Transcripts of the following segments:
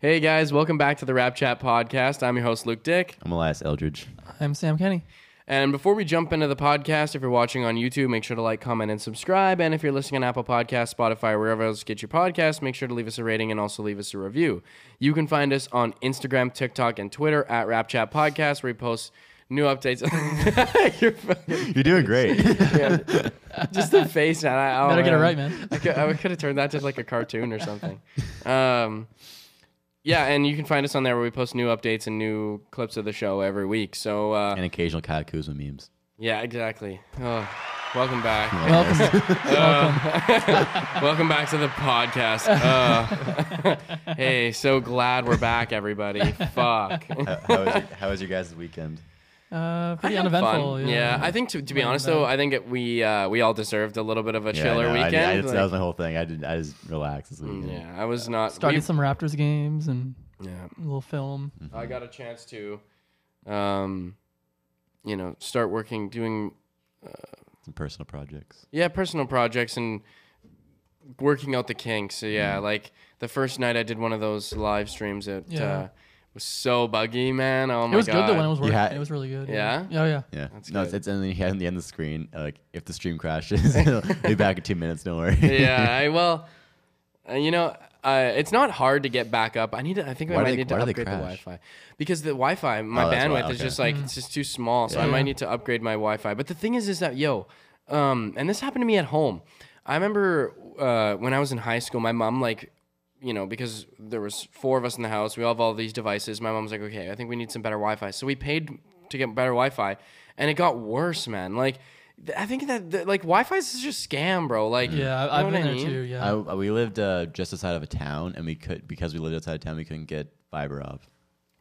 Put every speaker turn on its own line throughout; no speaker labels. Hey guys, welcome back to the Rap Chat podcast. I'm your host Luke Dick.
I'm Elias Eldridge.
I'm Sam Kenny.
And before we jump into the podcast, if you're watching on YouTube, make sure to like, comment, and subscribe. And if you're listening on Apple Podcasts, Spotify, wherever else you get your podcast, make sure to leave us a rating and also leave us a review. You can find us on Instagram, TikTok, and Twitter at Rap Chat Podcast, where we post new updates. You're fucking-
You're doing great.
yeah. Just the face, man. I, oh,
Better get it
man.
right, man.
I could, I could have turned that to like a cartoon or something. Um, yeah, and you can find us on there where we post new updates and new clips of the show every week. So uh,
and occasional Kyle Kuzma memes.
yeah, exactly. Oh, welcome back.
Welcome. Welcome.
Welcome back to the podcast. Uh, hey, so glad we're back, everybody. Fuck.
How, how, was your, how was your guys' weekend?
Uh, pretty
I had
uneventful.
fun. Yeah. I think to, to be
Went
honest
back.
though, I think it, we uh, we all deserved a little bit of a
Yeah,
chiller
no, I-
weekend.
I just- that
Like, mm,
was my whole thing. I didn't. I just relaxed this weekend.
yeah, I was not.
Started
we-
some Raptors games and
yeah.
a little film.
I got a chance to, um, you know, start working doing
Some personal projects.
yeah personal projects and working out the kinks. So yeah, like the first night I did one of those live streams. It uh,
Mm. Yeah.
was so buggy, man. Oh my
it was
god,
good though when it was working.
had-
it was really good.
Yeah?
Yeah. Oh yeah.
Yeah.
That's
no, it's,
good.
it's and then you had on the end of the screen. uh, Like if the stream crashes, it'll be back in two minutes. Don't worry.
yeah, I well, uh, you know. Uh, it's not hard to get back up. I need to. I think I
Why do
might
they-
need to
why do they
upgrade the
crash?
Wi-Fi because the Wi-Fi, my
Oh, that's why,
bandwidth is
okay.
just like it's just too small. So I
Yeah.
might need to upgrade my Wi-Fi. But the thing is, is that yo, um, and this happened to me at home. I remember uh, when I was in high school, my mom like, you know, because there was four of us in the house, we all have all these devices. My mom's like, okay, I think we need some better Wi-Fi. So we paid to get better Wi-Fi, and it got worse, man. Like. th- I think that, that like Wi-Fi is just a scam, bro. Like,
Yeah.
you know
I, I've
what
been
I
there
mean?
too. Yeah.
I, we lived uh, just outside of a town, and we could because we lived outside of town, we couldn't get fiber up.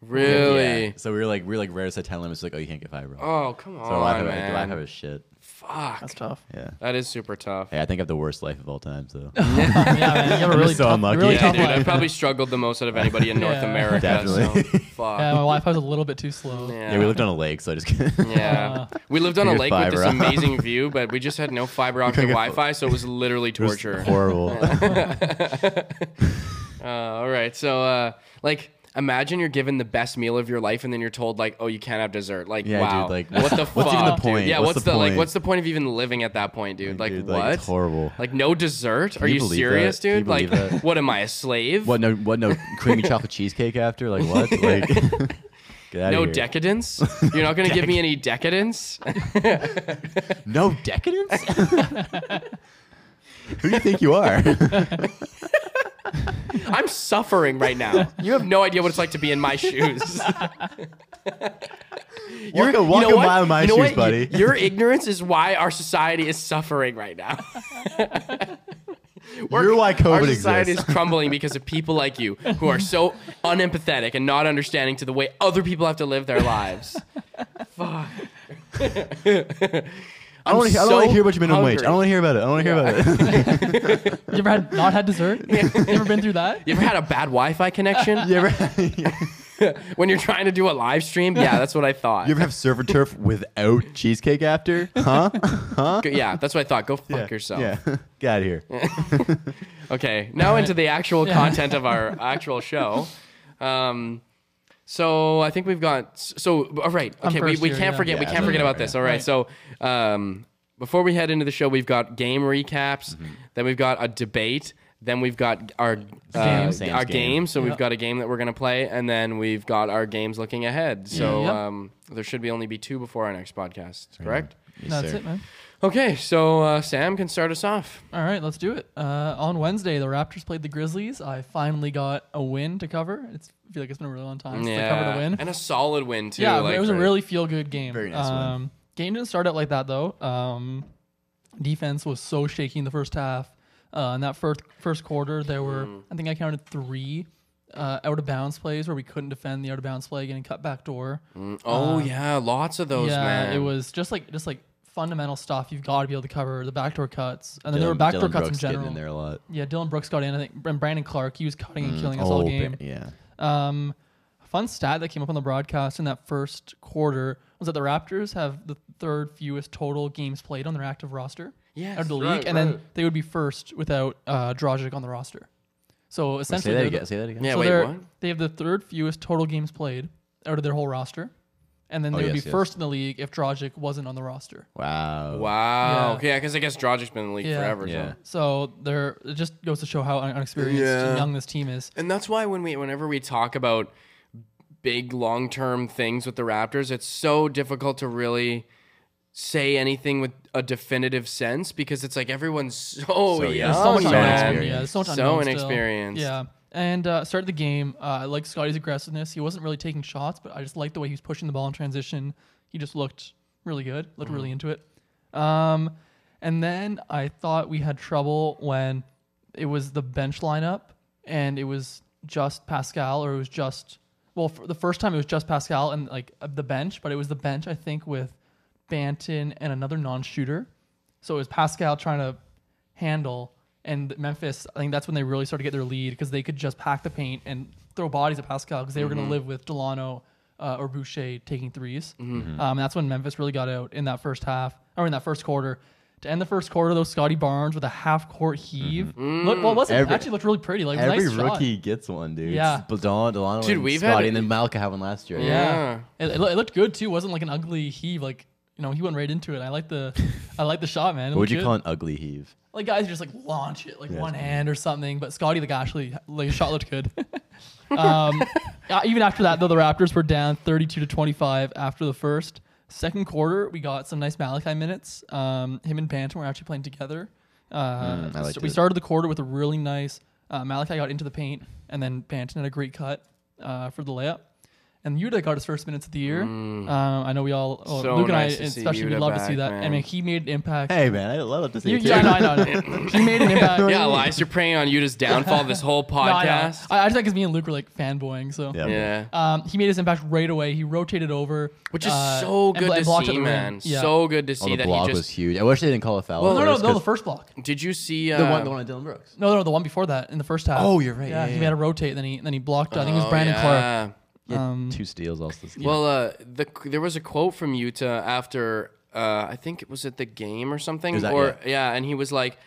Really?
Yeah. So we were like we were like right outside town limits. Like oh, you can't get fiber up.
Oh, come on,
so I have
man.
I have shit.
Fuck.
That's tough.
Yeah.
That is super tough.
Hey, I think I have the worst life of all time. So
yeah, man. You have a really
so
tough,
unlucky.
really
Yeah,
tough
dude, I
life.
probably struggled the most out of anybody in North
Yeah.
America.
Definitely.
So, fuck.
Yeah, my Wi-Fi was a little bit too slow.
Yeah.
yeah, we lived on a lake, so I just
Yeah. we lived on a
Here's
lake with this
fiber.
amazing view, but we just had no fiber optic
couldn't get-
Wi-Fi, so it was literally
It was
torture.
horrible.
Uh, all right, so uh, like. Imagine you're given the best meal of your life, and then you're told like, "Oh, you can't have dessert." Like,
Yeah,
wow,
dude, like,
what the fuck?
what's even the
dude?
point?
Yeah, what's,
What's
the,
the
like?
point?
What's the point of even living at that point, dude? Like,
Dude,
what?
like, it's horrible.
Like no dessert? Are
you
you,
believe
serious,
that? Can you
dude? Like
believe that?
what am I, a slave?
What no what no creamy chocolate cheesecake after? Like what? Like get out
No
here.
decadence? You're not gonna give me any decadence?
No decadence? Who do you think you are?
I'm suffering right now. You have no idea what it's like to be in my shoes.
You're
You
gonna walk
know
a
what?
mile in my
You know
shoes,
what?
buddy.
Y- Your ignorance is why our society is suffering right now.
You're, why COVID
Our society
exists.
is crumbling because of people like you who are so unempathetic and not understanding to the way other people have to live their lives. Fuck.
I don't, wanna, hear- I don't
so
want to hear about your minimum wage. I
hungry.
don't want to hear about it. I don't want to hear about it.
You ever had not had dessert? you ever been through that?
You ever had a bad Wi-Fi connection?
You ever, you
When you're trying to do a live stream? Yeah, that's what I thought.
ever have surf and turf without cheesecake after? Huh?
Go- yeah, that's what I thought. Go fuck
Yeah.
yourself.
Yeah. Get out of here.
Okay, now into the actual
Yeah.
content of our actual show. Um, so I think we've got. So all right, okay, we,
first
we
here,
can't
yeah.
forget. we
Yeah,
can't
so
forget
there,
about this. All right,
Right.
so um, before we head into the show, we've got game recaps.
Mm-hmm.
Then we've got a debate. Then we've got our uh,
Sam's
our
game.
game. So
Yeah.
we've got a game that we're gonna play, and then we've got our games looking ahead. So
Yep.
um, there should be only be two before our next podcast. Correct.
Yes,
That's
sir.
it, man.
Okay, so uh, Sam can start us off.
All right, let's do it. Uh, on Wednesday, the Raptors played the Grizzlies. I finally got a win to cover. It's I feel like it's been a really long time since I covered a win.
and a solid win too.
yeah,
like-
it was a really feel good game.
Very nice win.
um, Game didn't start out like that though. Um, defense was so shaky in the first half. Uh, in that first first quarter, there were I think I counted three uh, out of bounds plays where we couldn't defend the out of bounds play, getting cut back door.
Oh yeah, lots of those,
Uh, yeah,
man.
it was just like just like fundamental stuff. You've got to be able to cover the backdoor cuts, and then there were
Dylan-
backdoor
Dylan
cuts
Brooks
in
getting
general.
in there a lot.
Yeah, Dylan Brooks got in. I think and Brandon Clark. He was cutting and killing us
Oh,
all
ba-
game.
Yeah.
Um, a fun stat that came up on the broadcast in that first quarter was that the Raptors have the third fewest total games played on their active roster
Yes,
out of the league,
right,
and
right.
then they would be first without uh, Dragic on the roster. So
Say
essentially,
that
they're the-
again. Say that again.
Yeah,
so
wait,
they're-
what?
They have the third fewest total games played out of their whole roster, and then
Oh,
they would
yes,
be
yes.
first in the league if Drogic wasn't on the roster.
Wow.
Wow.
Yeah.
Okay, because I guess Drogic's been in the league
Yeah.
forever. so-
Yeah.
So they're it just goes to show how un- unexperienced
Yeah.
and young this team is.
And that's why when we whenever we talk about big long term things with the Raptors, it's so difficult to really say anything with a definitive sense because it's like everyone's so, young,
young.
yeah,
There's
so
so
much unknown.
inexperienced.
Yeah, there's so much
so
unknown still.
inexperienced.
Yeah. And uh, started the game. Uh, I like Scotty's aggressiveness. He wasn't really taking shots, but I just liked the way he was pushing the ball in transition. He just looked really good. Looked really into it. Um, and then I thought we had trouble when it was the bench lineup and it was just Pascal or it was just well for the first time it was just Pascal and like uh, the bench, but it was the bench I think with Banton and another non-shooter. So it was Pascal trying to handle and Memphis. I think that's when they really started to get their lead because they could just pack the paint and throw bodies at Pascal because they were going to live with Delano uh, or Boucher taking 3s
Mm-hmm.
Um, that's when Memphis really got out in that first half or in that first quarter. To end the first quarter, though, Scotty Barnes with a half court heave. Look, well, it wasn't
Mm-hmm. Every-
actually looked really pretty. Like
Every
nice shot.
rookie gets one, dude.
Yeah.
It's Delano, Delano
Dude,
and
we've had
Scotty,
it-
and then Malca had one last year.
Yeah.
Yeah, It, it, loo- it looked good too. It wasn't like an ugly heave. Like you know, he went right into it. I like the, I like the shot, man. It
What would
looked
you
good.
call an ugly heave?
Like guys just like launch it like one hand or something. But Scotty like actually like his shot looked good. um, uh, even after that though, the Raptors were down 32 to 25 after the first. Second quarter, we got some nice Malachi minutes. Um, him and Banton were actually playing together.
Mm,
Uh,
I liked
so we
it.
started the quarter with a really nice uh, Malachi got into the paint, and then Banton had a great cut uh, for the layup. And Yuta got his first minutes of the year. Um, I know we all, oh,
Mm. So
Luke and I
nice to see
especially, we
Yuta
love to
back,
see that.
man.
I mean, he made an impact.
Hey, man, I love to see
You,
it. too.
yeah, I know, I know. He made an impact.
Yeah, Elias, you're preying on Yuta's downfall this whole
No, I know.
podcast.
I, I just think because me and Luke were like fanboying, so.
Yeah.
yeah.
Um, he made his impact right away. He rotated over,
Which is
uh,
so
and
good
bl- and
to
blocked at
see,
the rim.
man.
Yeah.
So good to
Oh,
see
the
that
block
he just
was huge. I wish they didn't call a foul.
Well,
no, no,
first,
no, the
'cause
first block.
Did you see
the
uh,
one, the one at Dylan Brooks.
No, no, the one before that in the first half.
Oh, you're right.
Yeah,
Yeah,
he
yeah,
made
yeah.
a rotate, then he then he blocked. I think it was
Oh,
Brandon Clark.
yeah.
Um,
Two steals also. This game.
Well, uh, the there was a quote from Utah after uh, I think it was at the game or something,
Is that-
or yeah. and he was like,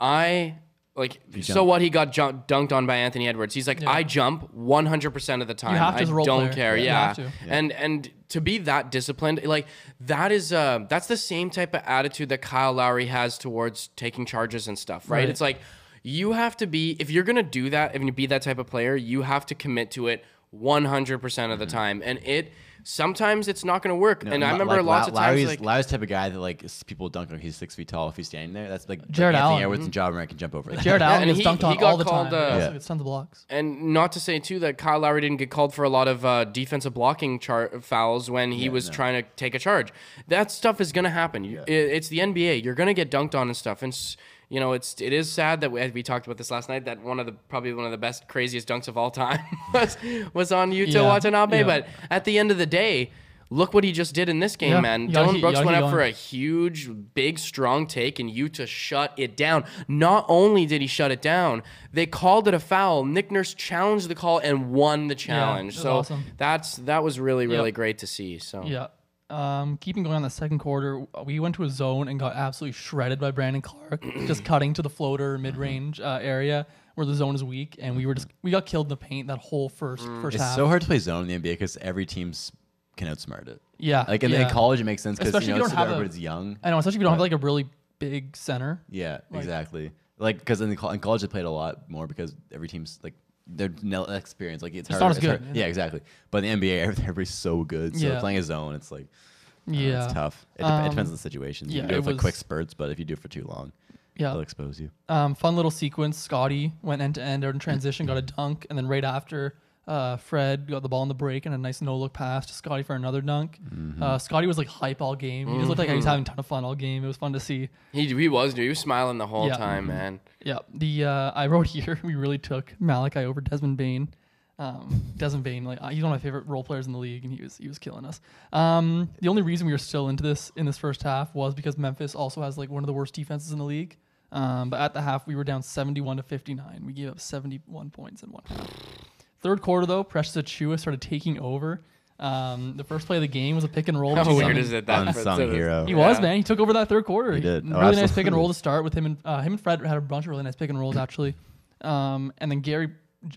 "I like so
jump.
what?" He got jump, dunked on by Anthony Edwards. He's like, "I jump 100 percent of the time.
have to
I
as a role
don't
player.
care."
Yeah.
Yeah,
You have to.
and and to be that disciplined, like that is uh, that's the same type of attitude that Kyle Lowry has towards taking charges and stuff, right?
Right.
It's like you have to be if you're gonna do that, if you be that type of player, you have to commit to it 100 percent of the time, and it sometimes it's not gonna work. and I
Like,
remember
like,
lots of
Lau-
times
Lowry's,
like
Lowry's the type of guy that like s- people dunk on. He's six feet tall. If he's standing there, that's like
Jared
like Anthony
Allen.
Edwards and John Moran can jump over. that.
Jared Allen
and
gets
he-
dunked
he
on
got
all the
called,
time.
uh,
yeah.
Yeah.
So it's tons of blocks.
And not to say too that Kyle Lowry didn't get called for a lot of uh, defensive blocking char- fouls when he was trying to take a charge. That stuff is gonna happen. You It, it's the NBA. You're gonna get dunked on and stuff. And s- you know, it's it is sad that we, we talked about this last night. That one of the probably one of the best craziest dunks of all time was was on Utah
Yeah.
Watanabe.
Yeah.
But at the end of the day. Look what he just did in this game,
Yeah.
man.
You gotta
Dylan
keep-
Brooks
gotta
went
keep
up for
going.
a huge, big, strong take, and Utah shut it down. Not only did he shut it down, they called it a foul. Nick Nurse challenged the call and won the challenge.
that's
so
awesome.
that's that was really, really great to see.
Oh.
So
Yeah. Um, keeping going on the second quarter, we went to a zone and got absolutely shredded by Brandon Clark, just cutting to the floater mid range uh, area where the zone is weak, and we were just we got killed in the paint that whole first first
Mm. It's
half.
so hard to play zone in the NBA because every team's can outsmart it.
yeah,
Like in, in
yeah.
college, it makes sense because
Especially
you
if
know
you don't
it's
have a-
everybody's young.
I know, especially if you don't have like a really big center.
Yeah, exactly. Like because in, the col- in college they played a lot more because every team's like they're no experience. Like it's, hard.
not as
it's
good,
hard-
yeah.
Yeah. exactly. But in the NBA, every- everybody's so good. So
Yeah.
playing a zone, it's like oh,
Yeah, Um,
it's tough. It, dep- it depends on the situation. You
yeah,
can do
it
it for
was-
quick spurts, but if you do it for too long,
Yeah,
they'll expose you.
um, fun little sequence. Scotty went end to end out in transition, got a dunk, and then right after, uh, Fred got the ball in the break and a nice no look pass to Scotty for another dunk.
Mm-hmm.
Uh, Scotty was like hype all game. He just looked like he was having a ton of fun all game. It was fun to see.
he he was dude. He was smiling the whole
Yeah.
time, man.
Yeah, the uh, I wrote here we really took Malachi over Desmond Bain. Um, Desmond Bain, like uh, he's one of my favorite role players in the league, and he was he was killing us. Um, the only reason we were still into this in this first half was because Memphis also has like one of the worst defenses in the league. Um, but at the half, we were down seventy-one to fifty-nine. We gave up seventy-one points in one half. Third quarter, though, Precious Achua started taking over. Um, the first play of the game was a pick and roll.
How
between-
weird is it that
Unsung
so-
hero.
he
Yeah.
was man. He took over that third quarter. He
did. Oh,
Really nice pick and
absolutely.
roll to start with him and uh, him and Fred had a bunch of really nice pick and rolls actually. Um, and then Gary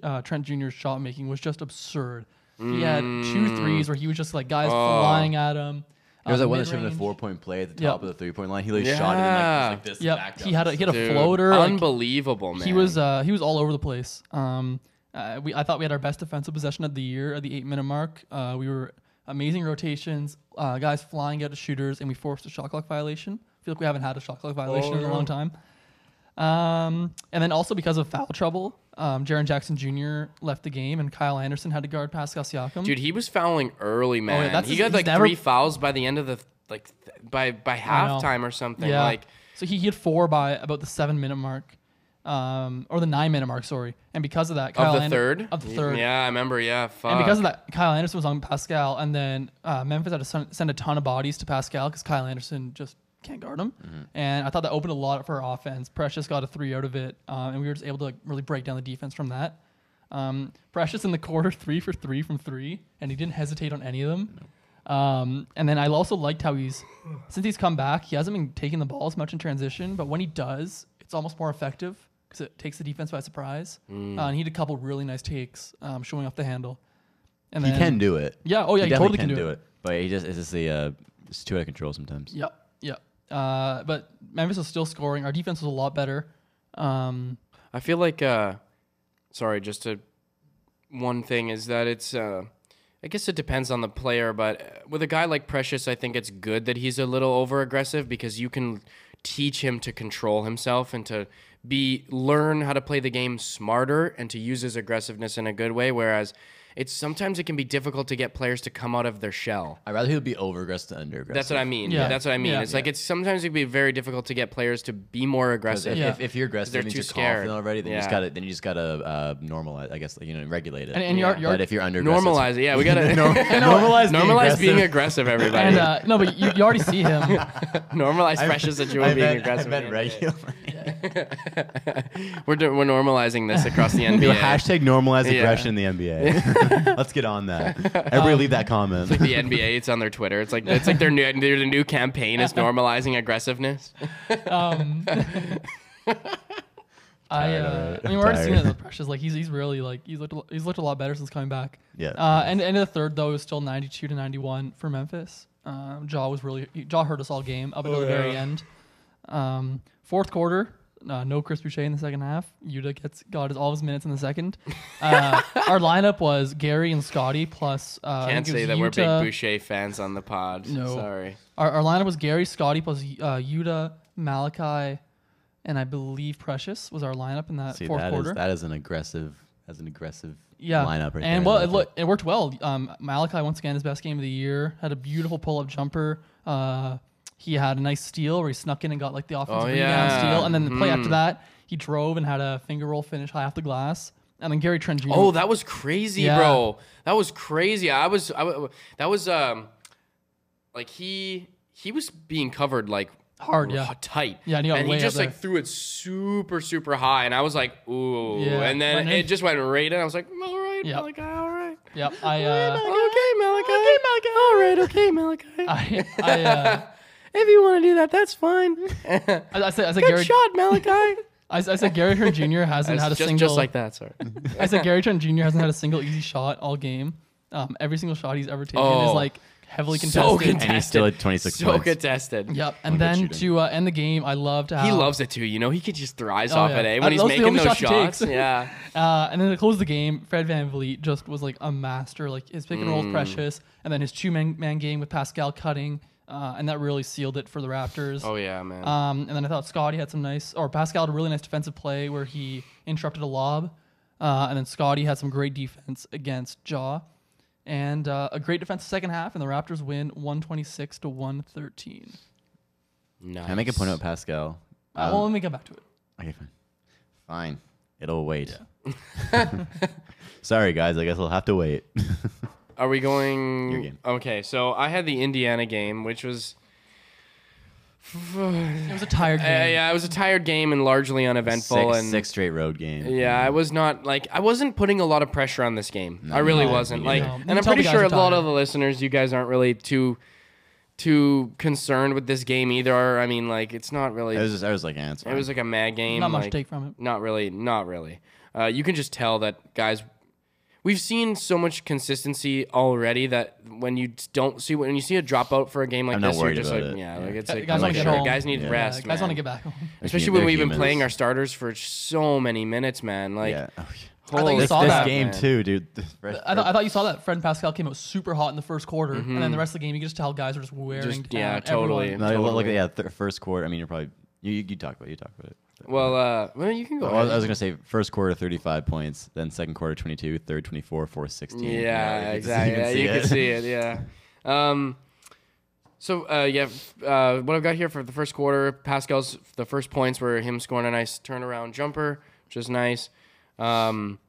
uh, Trent Jr.'s shot making was just absurd. He had two threes where he was just like guys flying at him.
There was
uh,
that one that shot him in the
mid-range.
four point play at the
Yep.
top of the three point line. He like shot it in
Yeah.
like, just like this.
Yep,
back
he
up.
had a, he had a
Dude,
floater. like,
unbelievable, man.
he was uh, he was all over the place. Um, uh, we I thought we had our best defensive possession of the year at the eight minute mark. Uh, we were amazing rotations, uh, guys flying out of shooters, and we forced a shot clock violation. I feel like we haven't had a shot
Oh,
clock violation in a long time. Um, and then also because of foul trouble, um, Jaron Jackson Jr. left the game, and Kyle Anderson had to guard Pascal Siakam.
Dude, he was fouling early, man.
Oh, that's
he
his-
got
he's
like
never-
three fouls by the end of the like th- by by
know.
halftime or something.
Yeah.
Like
so he hit four by about the seven minute mark, um, or the nine minute mark, sorry. And because of that, Kyle
of the
Ander-
third.
of the third,
Yeah, I remember. Yeah, fuck.
And because of that, Kyle Anderson was on Pascal, and then uh, Memphis had to sen- send a ton of bodies to Pascal because Kyle Anderson just can't guard him. And I thought that opened a lot for our offense. Precious got a three out of it, uh, and we were just able to like, really break down the defense from that. Um, Precious in the quarter, three for three from three, and he didn't hesitate on any of them. Um, and then I also liked how he's since he's come back, he hasn't been taking the ball as much in transition, but when he does, it's almost more effective because it takes the defense by surprise. Uh, and he had a couple really nice takes, um, showing off the handle. And
He
then,
can do it.
Yeah, oh yeah, he, totally
definitely
can do, it.
But he just it's just the uh, it's too out of control sometimes.
Yep, yep. Uh, but Memphis was still scoring. Our defense was a lot better. Um,
I feel like, uh, sorry, just to one thing is that it's, uh, I guess it depends on the player, but uh, with a guy like Precious, I think it's good that he's a little over aggressive because you can teach him to control himself and to be learn how to play the game smarter and to use his aggressiveness in a good way. Whereas it's sometimes it can be difficult to get players to come out of their shell.
I'd rather he would be over aggressive than under aggressive.
That's what I mean.
Yeah.
That's what I mean.
Yeah.
It's like it's sometimes it can be very difficult to get players to be more aggressive.
If,
Yeah.
if, if you're aggressive,
They're
that means
too
you're
scared.
confident already. Then you just
Yeah.
gotta then you just gotta uh, normalize. I guess like, you know regulate it.
and, and
Yeah.
your, your
but if you're under aggressive, it's-
Normalize it. Yeah, we gotta normalize normalize being aggressive. Everybody
and uh, no, but you, you already see him.
normalize precious that you
I
were being
meant-
aggressive.
I meant regular.
We're do- we're normalizing this across the NBA.
Hashtag normalize
Yeah. Um,
aggression in the NBA. Let's get on that. Everybody leave that comment.
the NBA. It's on their Twitter. It's like it's like their new their new campaign is normalizing aggressiveness.
Um, I,
Tired of
uh,
it.
I mean, we're already seeing it
Tired.
with Precious. Like he's he's really like he's looked a lo- he's looked a lot better since coming back.
Yeah.
Uh, and end of the third though it was still ninety two to ninety one for Memphis. Um, Jaw was really Jaw hurt us all game up
Oh,
until the very end. Um, fourth quarter, uh, no Chris Boucher in the second half. Yuta gets got his all his minutes in the second. Uh, our lineup was Gary and Scotty plus. Uh, I
Can't
think it
say that
was
we're
Yuta.
big Boucher fans on the pod.
No.
Sorry.
Our, our lineup was Gary, Scotty plus uh, Yuta, Malachi, and I believe Precious was our lineup in that
See,
fourth
that is-
quarter.
that is an aggressive as an aggressive
yeah,
lineup right
and
there.
well,
I
it,
like
look, it worked well. Um, Malachi once again his best game of the year had a beautiful pull up jumper. Uh, he had a nice steal where he snuck in and got like the offensive
Oh,
rebound
yeah.
steal, and then the play after
Mhm.
that he drove and had a finger roll finish high off the glass, and then Gary Trent Jr.
Oh, that was crazy,
Mm. Yeah.
bro. That was crazy. I was, I, w- that was, um, like he he was being covered like
Hard,
r-
yeah.
tight,
Yeah, and he got way up
just like
there.
threw it super, super high, and I was like, ooh,
Yeah,
and then
and
it
then-
just went right in. I was like, all right,
Yep.
Malachi, all right,
yep, I uh,
okay, Malachi, okay, Malachi, all right, okay, Malachi.
I I, uh,
if you want to do that, that's fine.
I, I said I said
Good
Gary
shot, Malachi.
I, I said Gary Trent Jr. hasn't had a
just,
single
just like that, sorry.
I said Gary Trent Jr. hasn't had a single easy shot all game. Um, every single shot he's ever taken is
Oh.
like heavily contested.
so contested,
And he's still at 26
so
points.
contested.
Yep. And
good
then
shooting.
to uh, end the game, I loved how
He loves it too. You know, he could just thrives
Um, Oh,
off
yeah.
it eh?
Uh,
when he's
those are the
making
only
those
shots he takes.
shots. yeah.
Uh, and then to close the game, Fred Van Vliet just was like a master. Like his pick and
Mm.
roll with Precious, and then his two man, man game with Pascal cutting, uh, and that really sealed it for the Raptors.
Oh yeah, man.
Um, and then I thought Scotty had some nice, or Pascal had a really nice defensive play where he interrupted a lob. Uh, and then Scotty had some great defense against Jaw. And uh, a great defensive second half, and the Raptors win 126 to 113.
nice.
Can I make a point about Pascal?
Uh,
Um,
well, let me get back to it.
Okay, fine. Fine. It'll wait. Sorry, guys. I guess I'll have to wait.
Are we going?
Your game.
Okay, so I had the Indiana game, which was
It was a tired
uh,
game.
yeah, it was a tired game and largely uneventful.
six,
and
six straight road game.
yeah, I was not like I wasn't putting a lot of pressure on this game. I really
no,
wasn't.
no.
Like,
No. You
and I'm
tell the
pretty
guys
sure
are
a lot
tired.
of the listeners, you guys aren't really too too concerned with this game either. I mean, like it's not really.
I was just, I was like, eh, it's
it was like a mad game.
Not much
like,
to take from it.
Not really. Not really. uh, you can just tell that guys. We've seen so much consistency already that when you don't see when you see a dropout for a game like
I'm not
this, you're
worried
just
about
like,
it.
yeah,
Yeah.
like it's
Guys
like,
wanna
like,
get
sure,
home.
guys need
Yeah.
rest,
guys want to
man.
get back home.
Especially when we've been playing our starters for so many minutes, man. Like,
yeah. Oh,
I thought you
holy
This,
saw
crap,
this
that,
game
man.
too, dude. The Fred-
I, th- I thought you saw that Fred Pascal came out super hot in the first quarter, and then the rest of the game you could just tell guys are just wearing
Mm-hmm. Just-
down
yeah,
everyone.
totally.
no, you look like
Totally.
yeah, th- first quarter. I mean, you're probably you, you, you talk about it, you talk about it.
Well, uh, well, you can go.
Well, Oh, I was- I
ahead.
was gonna say first quarter 35 points, then second quarter 22, third 24, fourth 16.
Yeah,
you can-
exactly. Yeah, you can see it. Yeah. Um, so uh, yeah, f- uh, what I've got here for the first quarter, Pascal's the first points were him scoring a nice turnaround jumper, which is nice. Um,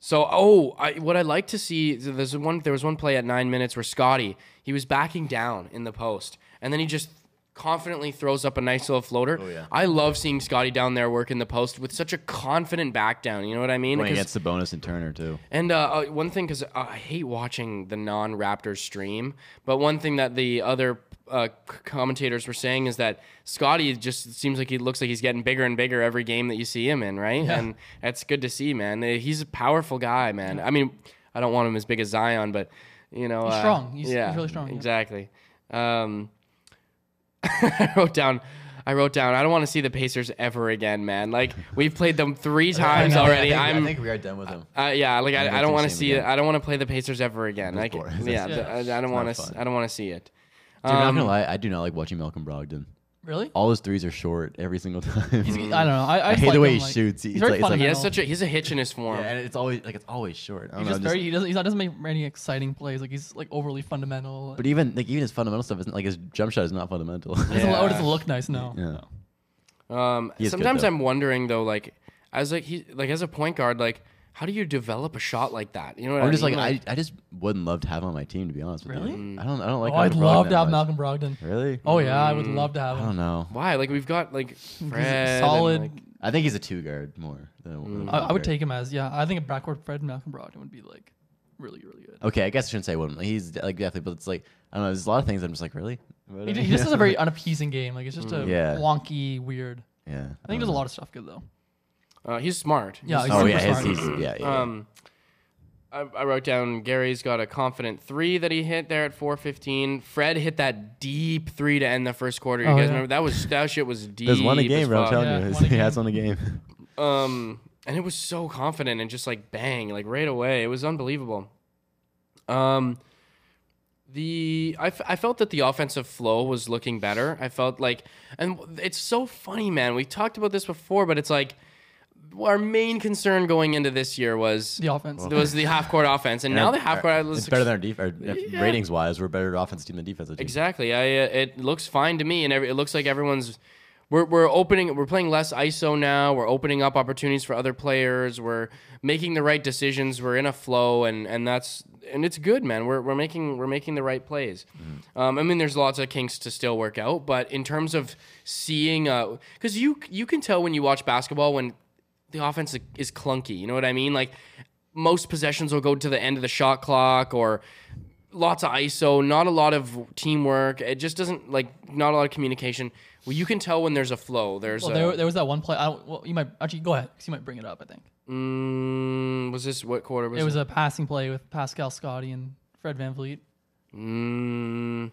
so oh, I, what I like to see there's one there was one play at nine minutes where Scotty he was backing down in the post, and then he just confidently throws up a nice little floater.
yeah.
I love seeing Scotty down there work in the post with such a confident back down. You know what I mean?
Going
'Cause-
against the bonus and Turner too.
and uh, uh, one thing, because I hate watching the non Raptors stream, but one thing that the other uh, c- commentators were saying is that Scotty just seems like he looks like he's getting bigger and bigger every game that you see him in, right? And that's good to see, man. Uh, He's a powerful guy, man. I mean, I don't want him as big as Zion, but you know,
He's
uh,
strong. He's- he's really strong, yeah.
Exactly. Um, I wrote down. I wrote down. I don't want to see the Pacers ever again, man. Like we've played them three times already. I'm
we are done with him.
uh, yeah, like
think
I, I
it's
don't
the
want to
same
see
again.
it. I don't want to play the Pacers ever again. Like,
boring.
yeah,
It's-
th- I, I don't want
fun.
to. I don't want to see it.
Dude, I'm not
Um,
gonna lie, I do not like watching Malcolm Brogdon.
Really?
All his threes are short every single time.
I don't know. I, I,
I
just
hate
like
the way
him,
he
like-
shoots.
He's
It's
very
like- it's like-
Mm-hmm. he
fundamental.
has such a. He has a hitch in his form.
and it's always like it's always short. I don't
He's
know,
just
just-
very. He doesn't. He doesn't make any exciting plays. Like he's like overly fundamental.
but even like even his fundamental stuff isn't like his jump shot is not fundamental.
It doesn't,
Yeah.
oh, it doesn't look nice. No.
Yeah.
No.
Um,
is good,
sometimes
though.
I'm wondering though, like as like he like as a point guard, like how do you develop a shot like that? You know what
I'm
I
just
mean?
like I, I just wouldn't love to have him on my team to be honest with
Really?
you. I don't I don't like
Oh, I'd
Malcolm Brogdon
love to
that
have
much.
Malcolm Brogdon.
Really?
Oh yeah, I would love to have
I
him.
don't know.
why? Like we've got like Fred
He's
and,
solid.
like-
I think he's a two guard more than a,
Mm.
than a
I, I would
guard.
take him as yeah. I think a backcourt Fred and Malcolm Brogdon would be like really really good.
Okay, I guess I shouldn't say one. He's like definitely, but it's like I don't know. There's a lot of things I'm just like really.
He, ju- he just is a very unappeasing game. Like it's just a
Yeah.
wonky, weird.
yeah.
I think he does a lot of stuff good though.
uh, he's smart.
Yeah,
He's
he's
Oh yeah,
super
his,
smart.
he's yeah. yeah.
Um, I, I wrote down Gary's got a confident three that he hit there at 4:15. Fred hit that deep three to end the first quarter. You
Oh,
guys
yeah.
remember that was that shit was deep.
There's one a
as
game, bro. I'm
fuck.
telling
Yeah,
you,
one a
he has one a game.
Um, and it was so confident and just like bang, like right away. It was unbelievable. Um, the I, f- I felt that the offensive flow was looking better. I felt like, and it's so funny, man. We talked about this before, but it's like our main concern going into this year was
The offense.
there was the half court offense, and now the half court
It's
looks
better than our defense. Ratings wise, we're better offense team than defensive team.
exactly. I uh, it looks fine to me, and every, it looks like everyone's we're we're opening we're playing less ISO now. We're opening up opportunities for other players. We're making the right decisions. We're in a flow, and and that's and it's good, man. We're we're making we're making the right plays. Um, I mean, there's lots of kinks to still work out, but in terms of seeing, because you you can tell when you watch basketball when the offense is clunky. You know what I mean? Like most possessions will go to the end of the shot clock or lots of ISO, not a lot of teamwork. It just doesn't like not a lot of communication. Well, you can tell when there's a flow. There's
Well,
a,
there, there was that one play. I don't, well, you might actually go ahead 'cause you might bring it up. I think
Mm, was this what quarter was
it was a passing play with Pascal Scotty and Fred Van Vliet.
Mm,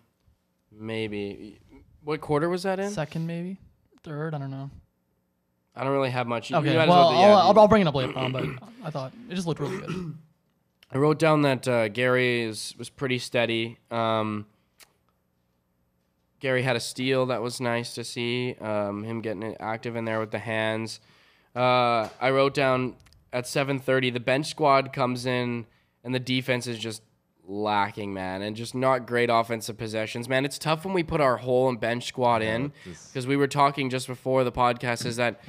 maybe. What quarter was that in?
Second maybe, third. I don't know.
I don't really have much. You
Okay.
might as
Well,
do-
I'll,
yeah.
I'll, I'll bring it up later on. But I thought it just looked really good.
I wrote down that uh, Gary is, was pretty steady. Um, Gary had a steal that was nice to see. Um, him getting it active in there with the hands. Uh, I wrote down at 7:30 the bench squad comes in and the defense is just lacking, man, and just not great offensive possessions, man. It's tough when we put our whole and bench squad in because we were talking just before the podcast is that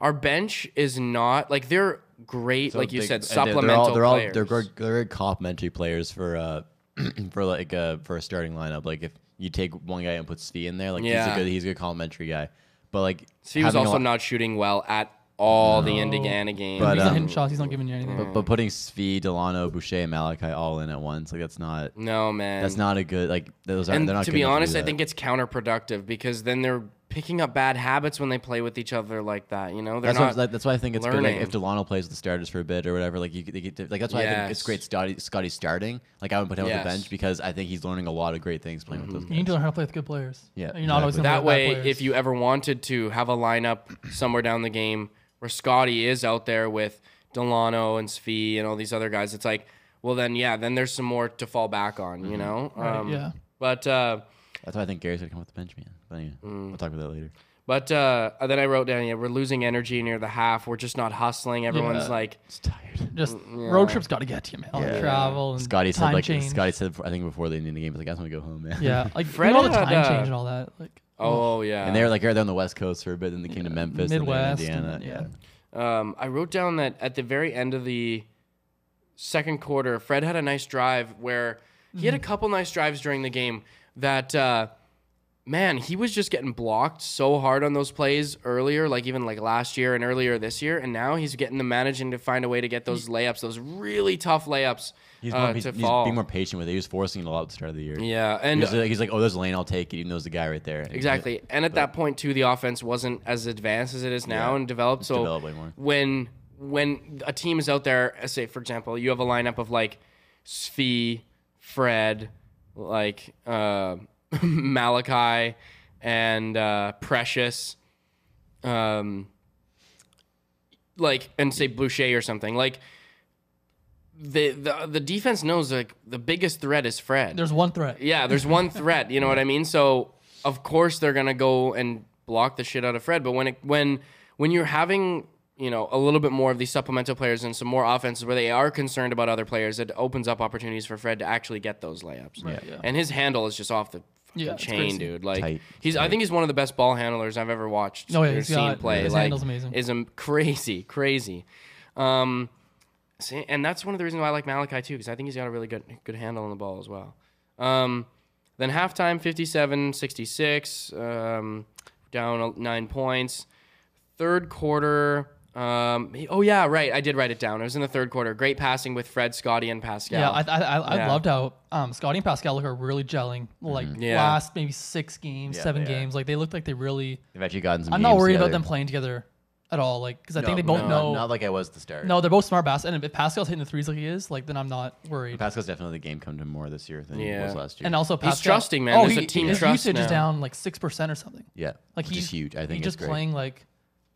our bench is not like they're great, like you
They-
said,
and they're-
supplemental
They're all
players.
they're, all, they're good, they're good complimentary players for uh for like uh for a starting lineup. Like if you take one guy and put Svi in there, like he's
Yeah.
a good he's a good complimentary guy. But like
So he was
having a
also
lot-
not shooting well at all the Indiana game.
But,
he's not
um,
hitting shots. He's not giving you anything.
but, but putting Svi, Delano, Boucher, and Malachi all in at once, like that's not
no, man.
that's not a good like those are
Mm. and
they're not
to
good
be
enough
honest,
do
I
that.
think it's counterproductive because then they're picking up bad habits when they play with each other like that. You know, they're
That's, what,
not.
I'm- that's why I think it's good.
learning.
Like, if Delano plays with the starters for a bit or whatever, like you, they get to, like that's why I think
Yes.
it's great. Scotty, Scotty starting. Like I would put him on
Yes.
the bench because I think he's learning a lot of great things playing with those
You need
guys.
to learn how to play with good players.
Yeah,
you're not always
exactly.
gonna
that
play
way,
with bad
if you ever wanted to have a lineup somewhere down the game where Scotty is out there with Delano and Svi and all these other guys, it's like, well, then yeah, then there's some more to fall back on. You know.
Mm-hmm.
Um,
Right, yeah.
But. Uh,
That's why I think Gary's gonna come with the bench man. But anyway,
Mm.
we'll talk about that later.
But uh, then I wrote down, yeah, we're losing energy near the half. We're just not hustling. Everyone's
Yeah.
like,
It's tired.
just
Mm,
road trips got to get to you, man. All the
Yeah.
travel and
Scotty
Um, time
said like
change.
Scotty said I think before the Indian game, he's like I just want to go home, man.
yeah, like
Fred
Fred all the
had,
time
uh,
change and all that. Like
oh yeah.
And they were like right there on the West Coast for a bit, then they came to Memphis,
Midwest
and then Indiana.
and- yeah.
um, I wrote down that at the very end of the second quarter, Fred had a nice drive where he had a couple nice drives during the game that, uh, man, he was just getting blocked so hard on those plays earlier, like even like last year and earlier this year. And now he's getting the managing to find a way to get those layups, those really tough layups
He's,
uh,
more, he's,
to
he's
fall.
being more patient with it. He was forcing it a lot at the start of the year.
yeah. And
He was like, he's like, oh, there's a lane, I'll take it, even though it's the guy right there. And he's like,
Exactly. And at that point too, the offense wasn't as advanced as it is now
Yeah,
and developed. So
developed way more.
when when a team is out there, uh, say for example, you have a lineup of like Svi, Fred, like uh, Malachi, and uh, Precious, um, like and say Boucher or something like. The, the the defense knows like the biggest threat is Fred.
there's one threat.
Yeah, there's one threat. You know what I mean? So of course they're gonna go and block the shit out of Fred. But when it when when you're having you know a little bit more of these supplemental players and some more offenses where they are concerned about other players, it opens up opportunities for Fred to actually get those layups.
Right, yeah.
And his handle is just off the fucking
Yeah, it's
chain,
crazy.
dude. Like
Tight,
he's I think he's one of the best ball handlers I've ever watched.
Oh, yeah,
or
he's
seen
got-
play.
his
like,
handle's amazing.
Is am- crazy, crazy. Um, See, and that's one of the reasons why I like Malachi too, because I think he's got a really good good handle on the ball as well. Um, then halftime, 57-66, um, down uh, nine points. Third quarter, um, he- oh yeah, right, I did write it down. It was in the third quarter. Great passing with Fred, Scotty, and Pascal.
Yeah, I, I, I, I
Yeah.
loved how um, Scotty and Pascal are really gelling. Like
Yeah.
last maybe six
Mm-hmm.
games,
Yeah,
seven
they are.
games, like they looked like they really.
They've actually gotten some.
I'm not
games
worried
together.
about them playing together at all. Like because I think
No,
they both
no,
know.
Not like I was at the start.
no, they're both smart bass, and if Pascal's hitting the threes like he is, like then I'm not worried.
Pascal's definitely the game come to more this year than
Yeah.
he was last year.
And uh, also, Pascal, Oh,
trusting, man. There's a team
his
trust
usage
now.
is down like six percent or something.
yeah,
Like
which is
he's
huge. I think
he's
it's
just
great.
playing like,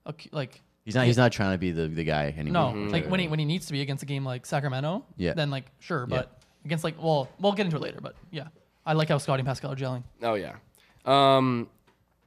a, cu- like
He's not. He's not trying to be the, the guy
no,
anymore.
like
Mm-hmm.
when he when he needs to be against a game like Sacramento,
Mm-hmm. Yeah.
then like sure,
Yeah.
but against like well, we'll get into it later, but yeah, I like how Scotty and Pascal are gelling.
Oh yeah, um,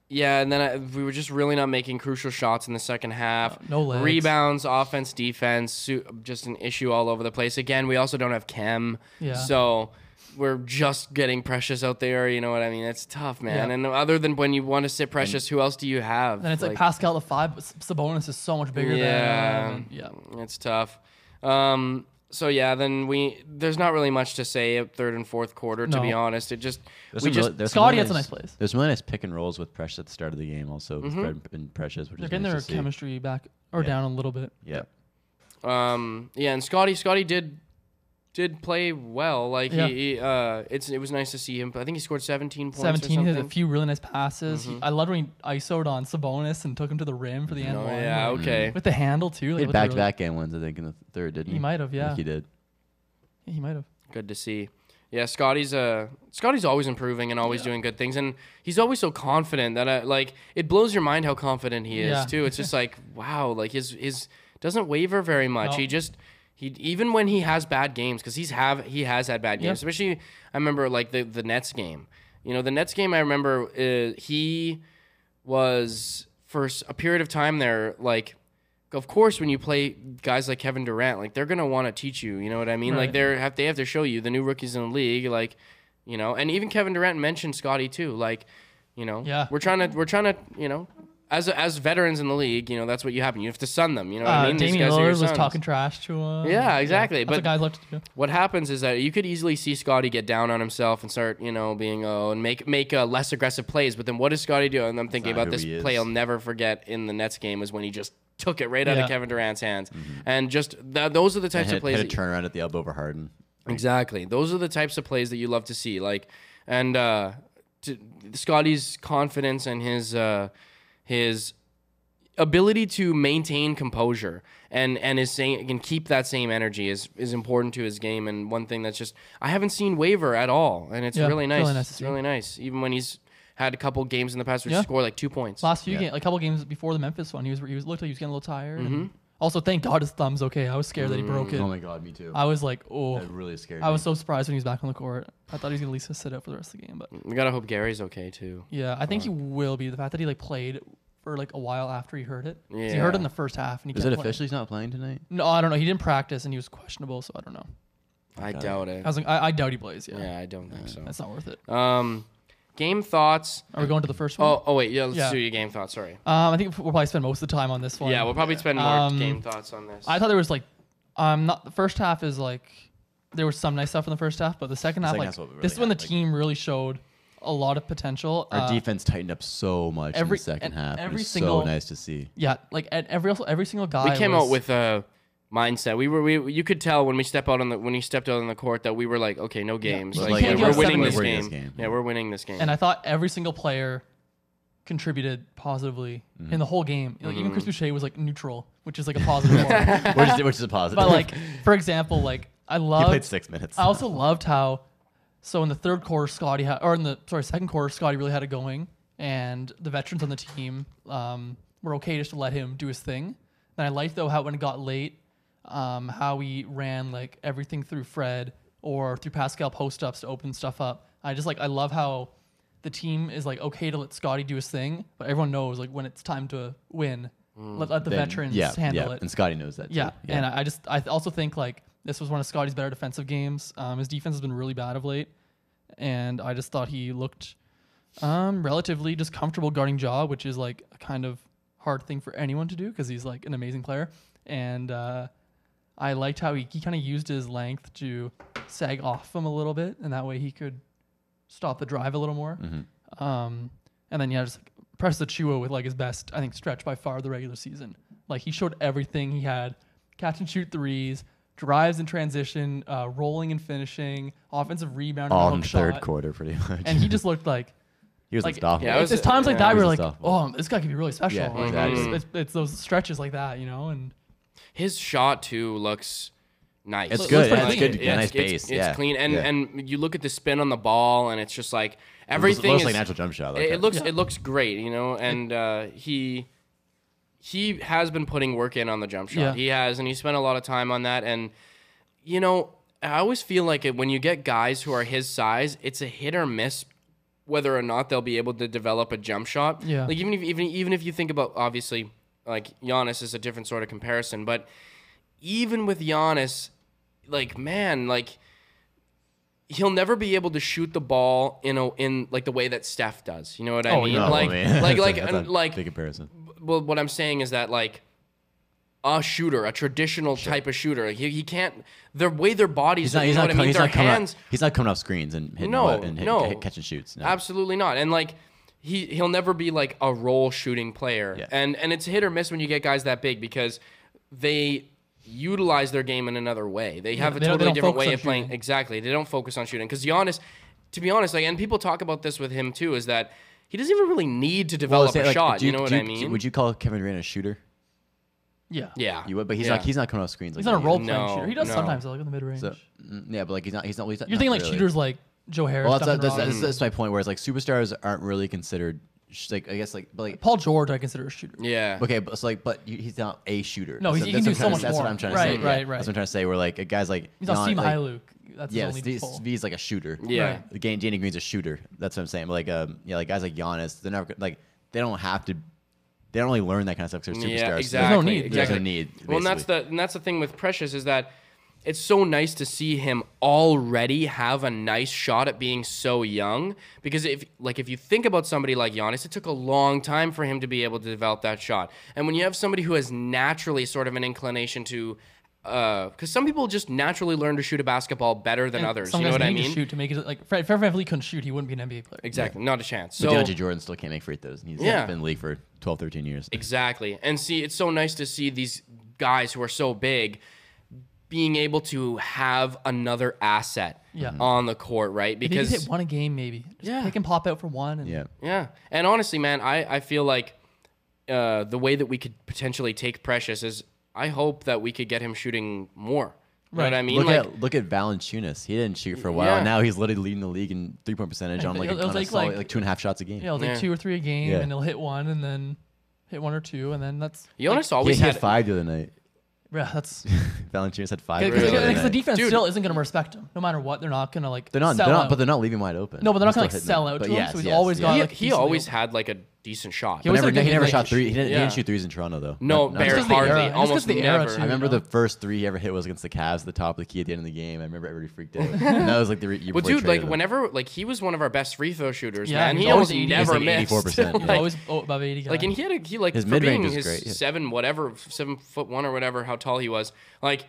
yeah. And then I, we were just really not making crucial shots in the second half.
No- no legs.
rebounds, offense, defense, su- just an issue all over the place. Again, we also don't have Chem,
Yeah.
so we're just getting Precious out there. You know what I mean? It's tough, man.
Yeah.
And other than when you want to sit Precious, who else do you have?
Then it's like, Pascal the five, but S- Sabonis is so much bigger
Yeah.
than him, and yeah.
It's tough. Um, so yeah, then we there's not really much to say at third and fourth quarter. To
No.
be honest, it just
There's
we
some
just
really- there's some really
Scotty had some nice plays.
There's some really nice pick and rolls with Precious at the start of the game, also
Mm-hmm.
with Fred and Precious, which
They're
is
getting
nice
their
to see.
chemistry back or
Yeah.
down a little bit.
Yeah,
Um, yeah, and Scotty, Scotty did did play well. Like
Yeah.
he, he, uh, it's it was nice to see him. I think he scored 17 points. or
Seventeen
something. Mm-hmm.
hit a few really nice passes. I loved when he isoed on Sabonis and took him to the rim for the end
Oh
one.
yeah,
like,
okay.
with the handle too.
he
Like,
had
with the
back to
really-
back game ones. I think in the third, didn't
He
he?
might have,
I think
yeah.
he did.
He might have.
Good to see. Yeah, Scotty's uh Scotty's always improving and always doing good things, and he's always so confident that I, like it blows your mind how confident he is
Yeah.
too. It's just like wow, like his his doesn't waver very much.
No.
He just he even when he has bad games because he's have he has had bad games, especially I remember like the the Nets game. You know the Nets game I remember uh, he was for s- a period of time there like of course when you play guys like Kevin Durant like they're going to want to teach you you know what I mean like
Right.
they're have they have to show you the new rookies in the league like you know and even Kevin Durant mentioned Scotty too like you know
Yeah.
we're trying to we're trying to you know as as veterans in the league you know that's what you have you have to sun them you know what I
Uh,
mean These
Damian
guys are your
Lillard was
sons.
talking trash to him.
Yeah, exactly,
That's
but-
what guys love to do.
what happens is that you could easily see Scotty get down on himself and start, you know, being oh, and make make uh, less aggressive plays. But then what does Scotty do? And I'm thinking about
not who
this
he
play
is.
I'll never forget in the Nets game is when he just took it right out
Yeah.
of Kevin Durant's hands,
Mm-hmm.
and just th- those are the types
Had,
of plays.
had a
that-
turnaround at the elbow over Harden.
exactly, those are the types of plays that you love to see. Like, and uh, to Scotty's confidence and his uh, his ability to maintain composure and and is saying can keep that same energy is is important to his game and one thing that's just I haven't seen waver at all and it's
Yeah,
really
it's
nice.
really nice to
it's
see.
really nice even when he's had a couple games in the past where
Yeah.
he scored like two points.
Last few games, a couple games before the Memphis one, he was he was looked like he was getting a little tired. and
Mm-hmm.
also, thank God his thumb's okay. I was scared that he
Mm.
broke it.
Oh my god, me too.
I was like, oh,
that really scared
I
me.
was so surprised when he was back on the court. I thought he was gonna at least sit out for the rest of the game, but
we gotta hope Gary's okay too.
yeah, I think he will be. The fact that he like played for like a while after he heard it, 'Cause he
Yeah.
heard it in the first half, and he
Is it
kept playing.
official? He's not playing tonight.
No, I don't know. He didn't practice, and he was questionable, so I don't know.
I doubt it.
I was like, I, I doubt he plays. Yeah.
Yeah, I don't think so.
that's not worth it.
Um, game thoughts.
Are we going to the first one?
Oh, oh wait, yeah, let's
Yeah.
do your game thoughts. Sorry.
Um, I think we'll probably spend most of the time on this one.
Yeah, we'll probably spend more
Um,
game thoughts on this.
I thought there was like, um, not the first half is like, there was some nice stuff in the first half, but the second half,
second
like,
half's what we
this is
really
when the
had, like-
team really showed a lot of potential.
Our
Uh,
defense tightened up so much
every-
in the second
and
half.
every
Every it was
single-
so nice to see.
yeah, like at every also every single guy.
we came
was-
out with a mindset. We were we you could tell when we step out on the when he stepped out on the court that we were like, okay, no games.
You
Like,
can't
we're
go
winning
seven-
this
We're
game.
winning this game.
Yeah, we're winning this game.
and I thought every single player contributed positively in the whole game. Like even Chris Boucher was like neutral, which is like a positive. word.
which, is, which is a positive.
But like, for example, like I
he
love.
played six minutes.
I also loved how, so in the third quarter, Scotty had, or in the sorry second quarter, Scotty really had it going, and the veterans on the team um, were okay just to let him do his thing. And I liked though how when it got late, um, how we ran like everything through Fred or through Pascal post ups to open stuff up. I just like I love how the team is like okay to let Scotty do his thing, but everyone knows like when it's time to win, let, let
Mm.
the
Then-
veterans
yeah,
handle
yeah,
it.
And Scotty knows that. too.
Yeah, and I I just I th- also think like this was one of Scotty's better defensive games. Um, his defense has been really bad of late, and I just thought he looked um, relatively just comfortable guarding Jaw, which is like a kind of hard thing for anyone to do because he's like an amazing player. And uh, I liked how he, he kind of used his length to sag off him a little bit, and that way he could stop the drive a little more.
Mm-hmm.
Um, and then yeah, just like, press the Chua with like his best, I think, stretch by far of the regular season. Like he showed everything he had: catch and shoot threes, drives in transition, uh, rolling and finishing, offensive rebound, and
all in
hook
the third
shot.
quarter, pretty much.
And he just looked like
he was
like-
unstoppable.
Yeah, I
it's,
was-
it's times like
yeah,
that
it
where you're
was
like,
unstoppable.
oh, this guy could be really special.
Yeah,
Like,
exactly.
it's, it's, it's those stretches like that, you know, and
His shot too looks nice.
It's
Looks
good,
pretty
yeah, it's
clean.
good, yeah, nice
it's,
base,
It's,
yeah,
clean, and
yeah.
and you look at the spin on the ball, and it's just like
It was-
everything
looks
is
like natural jump shot. like
it,
that.
it looks it looks great, you know, and uh, he he has been putting work in on the jump shot.
Yeah.
He has, and he spent a lot of time on that. And you know, I always feel like it, when you get guys who are his size, it's a hit or miss whether or not they'll be able to develop a jump shot.
Yeah.
Like even if even even if you think about obviously like Giannis is a different sort of comparison, but even with Giannis, like man, like he'll never be able to shoot the ball in a in like the way that Steph does. You know what I
Oh,
mean?
no,
like,
man.
like
That's a-
like
that's
and
a
like
big comparison.
well, what I'm saying is that like a shooter, a traditional type of shooter, like, he, he can't. Their way their bodies,
He's not.
are, you
He's
know
not.
what I mean?
coming- He's
their
not coming.
hands,
Off, he's not coming off screens and hitting
No,
what- and hit,
no.
catch and shoots. No.
absolutely not. And like he he'll never be like a role shooting player.
Yeah.
And and it's hit or miss when you get guys that big because they utilize their game in another way. They have
they
a
don't- they
totally
don't
different
focus
way
on
of playing.
shooting.
Exactly. They don't focus on shooting because Giannis, to be honest, like and people talk about this with him too, is that he doesn't even really need to
Well,
develop
say,
a
like,
shot.
do
You, know what
do
I mean?
Would you call Kevin Durant a shooter?
yeah,
yeah.
You would, but he's
Yeah.
not. He's not coming off screens.
he's
like
not a
that
role
either.
playing
No,
shooter. He does
no.
sometimes though, like in the mid range.
So, mm, yeah, but like he's not. He's not. He's not
You're thinking
not
like
really.
shooters like Joe Harris.
Well, that's,
Duncan
that's, that's,
Robinson.
that's my point. Where it's like superstars aren't really considered. sh- Like I guess like but like
Paul George, I consider a shooter.
Yeah.
okay, but so like but you- he's not a shooter.
No,
That's-
he- he
that's
can
what I'm trying to-
do so much more.
That's what I'm trying to say.
Right,
yeah.
right, right.
That's what I'm trying to say. Where like a guy's like
He's not
Gian-
Seam
like,
Hiluk. That's
Yes,
his only
Steve-
fault.
Steve's like a shooter.
Yeah.
Again, Danny Green's a shooter. That's what I'm saying. But like, um, yeah, like guys like Giannis, they're never like they don't have to. They don't really learn that kind of stuff because they're superstars.
Yeah,
So
exactly.
need. There's
Exactly.
no need,
Well, and that's the and that's the thing with Precious is that it's so nice to see him already have a nice shot at being so young because if like if you think about somebody like Giannis, it took a long time for him to be able to develop that shot. And when you have somebody who has naturally sort of an inclination to because some people just naturally learn to shoot a basketball better than
And
others.
Some
You know
guys
what I
need
mean?
To shoot to make it like Fred, Fred VanVleet couldn't shoot. He wouldn't be an NBA player.
Exactly. Not a chance.
But
So
DeAndre Jordan still can't make free throws. and He's
Yeah.
been in the league for 12, 13 years.
Exactly. And see, it's so nice to see these guys who are so big being able to have another asset
Yeah.
Mm-hmm.
on the court, right?
If you could
Because
hit one a game, maybe. Just
Yeah.
Pick and pop out for one. And
Yeah.
Yeah, and honestly, man, I I feel like uh, the way that we could potentially take Precious is I hope that we could get him shooting more. You know
Right.
what I mean?
Look
like
at look at Valanciunas. He didn't shoot for a while.
Yeah.
Now he's literally leading the league in three point percentage on like,
it'll-
a,
it'll
on a
take,
solid,
like-
like, two and a half shots a game.
You know, like
Yeah.
two or three a game,
Yeah.
and he'll hit one, and then hit one or two, and then that's
Jonas
yeah,
always
he had
had
five the other night.
yeah, that's
Valanciunas had five.
because
Really?
the other
Because
the
night.
defense
Dude.
still isn't going to respect him, no matter what. They're not going to like.
They're not.
sell
They're not.
out.
But they're not leaving wide open.
No, but they're not
They're
gonna,
still
like, sell
hitting
out
them.
to
But
him,
yes,
so he's
yes,
always
yes.
got,
he,
like,
he
decently
always
open.
had like a decent shot.
He
But
always
never,
had
he
good
never shot
range.
three. He didn't, he
Yeah.
didn't shoot threes in Toronto though.
No,
Not- not-
Barrett
just the era.
hardly,
It's just
almost
the era,
never.
too.
I
you
remember
know?
the first three he ever hit was against the Cavs, the top of the key at the end of the game. I remember everybody freaked out. and that was like the re- year
Well,
before he
dude, like
traded him.
whenever, like he was one of our best free throw shooters,
Yeah,
man.
he's
He
always
almost
80.
He's
never
like
missed.
84%, yeah.
like,
always oh, above eighty guys.
like, and he had a he like
His
for
mid-range
being
is
his
great, yeah.
seven whatever seven foot one or whatever how tall he was. Like,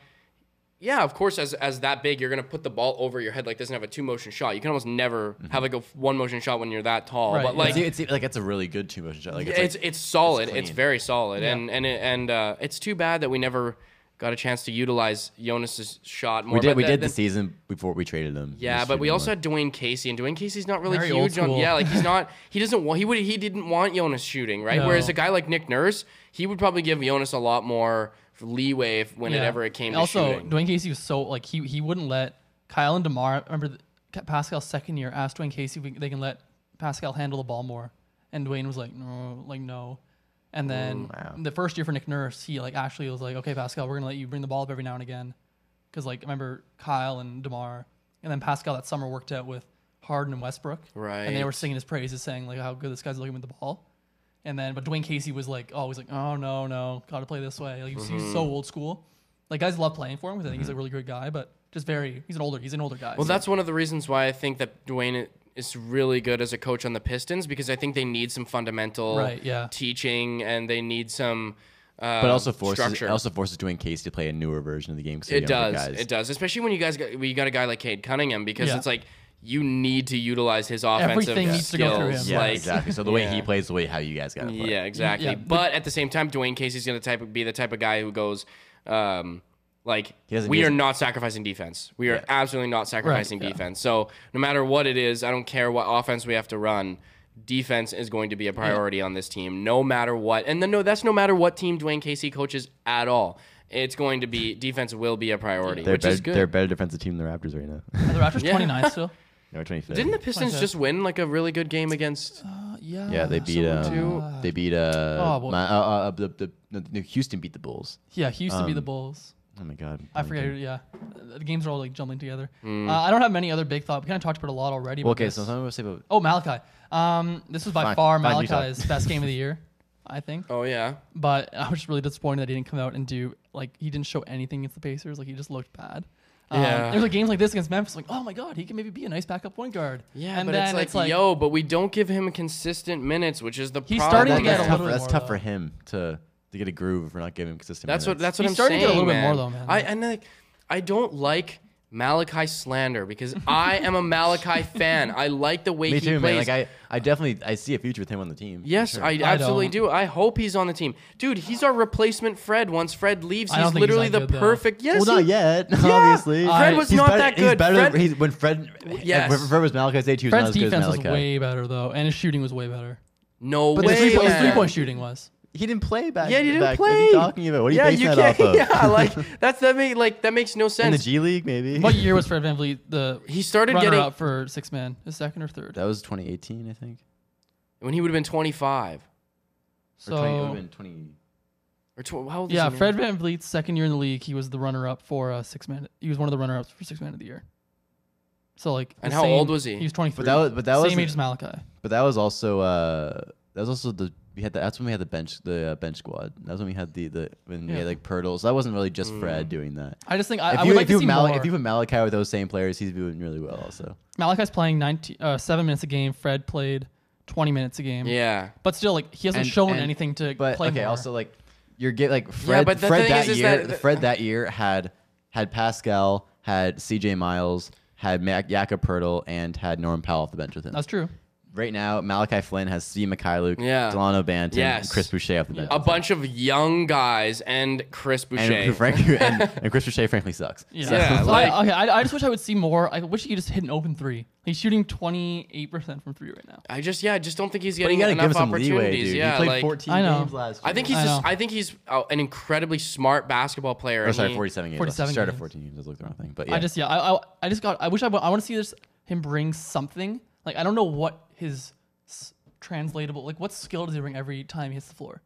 yeah, of course, as as that big, you're gonna put the ball over your head. Like, doesn't have a two motion shot. You can almost never
Mm-hmm.
have like a f- one motion shot when you're that tall.
Right,
But
yeah.
like,
it's, it's like it's a really good two motion shot. Like it's,
it's,
like,
it's solid. It's,
clean.
very solid, and and it- and uh, it's too bad that we never got a chance to utilize Jonas's shot more.
we
but
did we
that-
did
that-
the season before we traded him. He
Yeah,
was
but we
shooting
also
one.
had Dwayne Casey, and Dwayne Casey's not really
Very old
huge on.
school.
Yeah, like he's not. He doesn't want. He would. He didn't want Jonas shooting, right?
No.
Whereas a guy like Nick Nurse, he would probably give Jonas a lot more leeway if, whenever it ever it came
also,
to shooting.
Dwayne Casey was so like he he wouldn't let Kyle and Demar. Remember the, Ca- Pascal's second year asked Dwayne Casey if we- they can let Pascal handle the ball more, and Dwayne was like no, like no. And then
Mm,
the first year for Nick Nurse, he like actually was like, okay, Pascal, we're gonna let you bring the ball up every now and again, because like remember Kyle and Demar, and then Pascal that summer worked out with Harden and Westbrook, And they were
Right.
singing his praises, saying like how good this guy's looking with the ball. And then, but Dwayne Casey was like always like, oh no, no, gotta play this way. Like he's, he's so old school. Like guys love playing for him because I think he's a really good guy, but just very, he's an older, he's an older guy.
Well,
so-
that's one of the reasons why I think that Dwayne is really good as a coach on the Pistons because I think they need some fundamental
Right, yeah.
teaching and they need some. Uh,
but also forces
structure.
it also forces Dwayne Casey to play a newer version of the game. 'cause they're
It
younger
does.
Guys.
It does. Especially when you guys got, when you got a guy like Cade Cunningham because
Yeah.
it's like you need to utilize his offensive
Everything needs
skills.
to go through him.
Yeah,
like,
exactly. So the way
Yeah.
he plays, the way how you guys got to play.
Yeah, exactly.
Yeah,
but,
but-
at the same time, Dwayne Casey's gonna type be the type of guy who goes, um, like
He doesn't-
we
he
are
doesn't-
not sacrificing defense. We are absolutely not sacrificing
yeah.
defense. So no matter what it is, I don't care what offense we have to run. Defense is going to be a priority on this team, no matter what. And then no, that's no matter what team Dwayne Casey coaches at all. It's going to be defense will be a priority,
They're
which
better,
is good.
They're a better defensive team than the Raptors right now.
Are the Raptors
Yeah.
29 still?
They're 25th.
Didn't the Pistons
Twenty-fifth.
just win like a really good game against?
Uh, yeah.
Yeah,
Oh,
they beat
someone
um,
too.
they beat uh,
Oh, well-
my, uh, uh, the, the, no, the Houston beat the Bulls.
yeah, he used to be the Bulls.
Oh my god.
I forget. who- Yeah, the games are all like jumbling together. Uh, I don't have many other big thoughts. We kind of talked about a lot already.
Well,
but
okay,
this-
so I'm gonna say about
oh Malachi, um, this was by
Fine,
far
fine, you talk.
Malachi's best game of the year, I think.
Oh yeah,
But I was just really disappointed that he didn't come out and do like he didn't show anything against the Pacers. Like he just looked bad. Um,
Yeah.
There's like games like this against Memphis. Like, oh my god, he can maybe be a nice backup point guard.
yeah, but it's like, yo, but we don't give him consistent minutes, which is the
He's
problem.
starting to
that's
get a
tough,
man.
little bit
that's
more,
tough
though.
for him to to get a groove if we're not giving him consistent.
uh, That's what that's
minutes.
what
He's
I'm
starting
saying.
to get a little bit
man.
more, though, man.
I and like I don't like Malachi slander because I am a Malachi fan. I like the way
Me
he
too, man.
plays.
Like I, I definitely I see a future with him on the team. for
Yes,
sure.
I absolutely do. I hope he's on the team, dude. He's our replacement Fred. Once Fred leaves,
I don't
he's
think he's
literally
that
the
good, though.
perfect. Yes,
Well, not
he-
yet, obviously.
Fred was
He's
not
better-
that
He's
good.
better.
Fred-
than, he's, when Fred,
Yes.
when Fred was Malachi's age, he was
Fred's
not as good
defense
as
was
Malachi.
way better though, and his shooting was way better.
no
But the
way.
His three-point-
his
man.
three point shooting was.
He didn't play back.
Yeah, you didn't
back.
play.
What are you talking about? What are you
yeah,
basing
you
that off
can't-
of?
Yeah, like that's that make like that makes no
In the
sense.
G League, maybe.
What year was Fred VanVleet the
He started
runner
getting
up for six man? His second or third?
That was 2018, I think.
when he would have been 25
or 20, it would've
So
been 20.
or tw- how old is
yeah,
he now?
Fred VanVleet's second year in the league, he was the runner up for uh, six man. He was one of the runner ups for six man of the year. So like, the
And how
same-
old was he?
He was 23.
But that was- but that
same
wasn't-
age as Malachi.
But that was also uh, that was also the we had the, that's when we had the bench the uh, bench squad. That's when we had the the when we
Yeah.
had like Pirtle. So that wasn't really just Fred doing that.
I just think I,
if
I
you
would like
if
to
you
see
Mal-
more.
if you put Malachi with those same players, he's doing really well. Also,
Malachi's playing 19, uh, seven minutes a game. Fred played 20 minutes a game.
yeah
But still, like, he hasn't
And-
shown
and-
anything to
but
play
okay,
more.
also like you're get like Fred.
but the
Fred
thing
that
is- is
year,
that-
Fred that year had had Pascal, had C.J. Miles, had Mac- Jakob Pertl, and had Norman Powell off the bench with him.
That's true.
right now, Malachi Flynn has C. Mikhailuk,
Yeah.
Delano Banton,
Yes.
and Chris Boucher off the
Oh,
bench.
A bunch of young guys and Chris Boucher.
and, frankly, and, and Chris Boucher, frankly, sucks.
Yeah.
So-
Yeah,
So
like-
I, okay, I, I just wish I would see more. I wish he could just hit an open three. He's shooting 28% from three right now.
I just yeah, I just don't think he's
but you
getting
gotta
enough
give him some
opportunities.
leeway, dude.
Yeah,
he played
like,
14
I know.
games last year.
I think he's
I
just
know.
I think he's uh, an incredibly smart basketball player.
Or
and
sorry,
he-
47 games.
47
I started
games.
14 games. I looked the wrong thing. But yeah.
I just yeah, I, I I just got. I wish I want to see this him bring something. Like I don't know what his s- translatable like what skill does he bring every time he hits the floor?